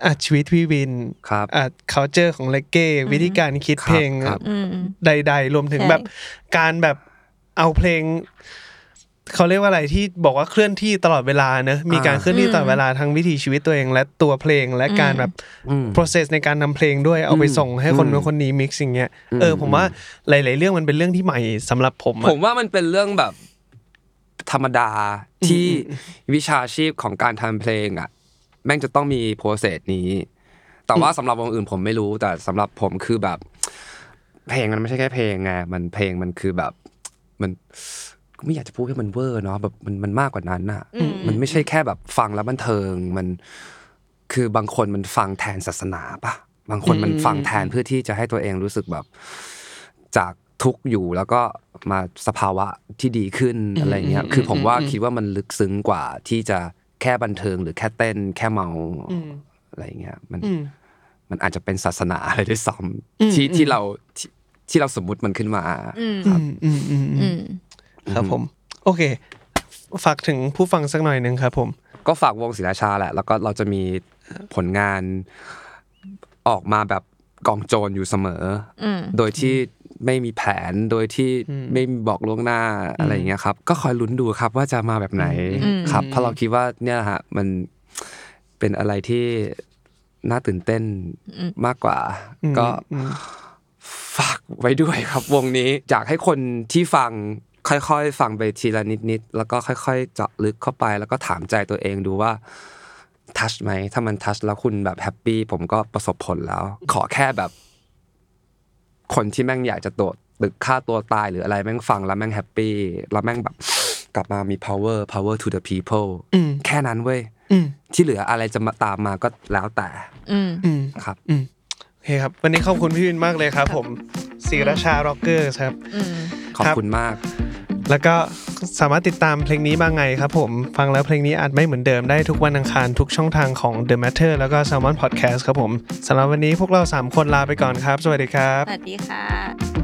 S2: อ่ะชีวิตพี่วิน
S3: ครับ
S2: อ่ะ culture ของเลเก้วิธีการคิดเพลง
S3: ครับ
S1: อืม
S2: ใด ๆ รวมถึง
S1: ใช่
S2: แบบการแบบเอาเพลง เขาเรียกว่าอะไรที่บอกว่าเคลื่อนที่ตลอดเวลาเนอะมีการเคลื่อนที่ตลอดเวลาทั้งวิถีชีวิตตัวเองและตัวเพลงและการแบบ
S3: อืม
S2: process ในการทำเพลงด้วยเอาไป
S3: อืม
S2: ส่งให้คนนู้
S3: อื
S2: น
S3: ม
S2: คนนี้ mix อย่างเงี้ยเอออ
S3: ม
S2: ผมว่าหลาย ๆ เรื่องมันเป็นเรื่องที่ใหม่สำหรับผมอะ
S3: ผมว่ามันเป็นเรื่องแบบธรรมดาที่วิชาชีพของการทำเพลงอ่ะ แม่งจะต้องมีโปรเซสนี้ แต่ว่าสำหรับวงอื่นผมไม่รู้ แต่สำหรับผมคือแบบ เพลงมันไม่ใช่แค่เพลงไงมันเพลงมันคือแบบมันไม่อยากจะพูดให้มันเวอร์เนาะแบบมันมันมากกว่านั้นอ่ะ มันไม่ใช่แค่แบบฟังแล้วบันเทิงมันคือบางคนมันฟังแทนศาสนาปะบางคนมันฟังแทนเพื่อที่จะให้ตัวเองรู้สึกแบบ จากทุกข์อยู่แล้วก็มาสภาวะที่ดีขึ้นอะไรเงี้ยคือผมว่าคิดว่ามันลึกซึ้งกว่าที่จะแค่บันเทิงหรือแค่เต้นแค่เมาอะไรเงี้ยมันมันอาจจะเป็นศาสนาอะไรด้วยซ้ำที่ที่เราที่ที่เราสมมุติมันขึ้นมา
S2: อืมอืมอืมครับผม โอเค ฝากถึงผู้ฟังสักหน่อยหนึ่งครับผม
S3: ก็ฝากวงศิลาชาแหละ แล้วก็เราจะมีผลงานออกมาแบบกองโจรอยู่เสมออโดยที่ไม่มีแผนโดยที่ไม่บอกล่วงหน้าอะไรอย่างเงี้ยครับ ก็คอยลุ้นดูครับว่าจะมาแบบไหนครับ เพราะเราคิดว่าเนี่ยฮะมันเป็นอะไรที่น่าตื่นเต้นมากกว่า ก็ ฝากไว้ด้วยครับวงนี้อยากให้คนที่ฟังค่อยๆ ฟังไปทีละนิดๆแล้วก็ค่อยๆ เจาะลึกเข้าไป แล้วก็ถามใจตัวเองดูว่าทัชไหมถ้ามันทัชแล้วคุณแบบแฮปปี้ผมก็ประสบผลแล้ว ขอแค่แบบ คนที่แม่งอยากจะโดดตึกฆ่าตัวตายหรืออะไรแม่งฟังแล้วแม่งแฮปปี้แล้วแม่งแบบ กลับมามี power power to the people แค่นั้นเว้ยที่เหลืออะไรจะมาตามมาก็แล้วแต่
S1: อืม
S2: อืม
S3: ครับ
S2: อืมโอเคครับ วันนี้ขอบคุณพี่วินมากเลยครับ ผมศิรชาร็อกเกอร์ครับ
S1: อืม
S3: ขอบ
S2: ครับ
S3: คุณมาก
S2: แล้วก็สามารถติดตามเพลงนี้มาไงครับผม ฟังแล้วเพลงนี้อาจไม่เหมือนเดิมได้ทุกวันอังคารทุกช่องทางของ The Matter แล้วก็ Salmon Podcast ครับผมสำหรับวันนี้พวกเรา 3 คนลาไปก่อนครับ สวัสดีครับ
S1: สวัสดีค่ะ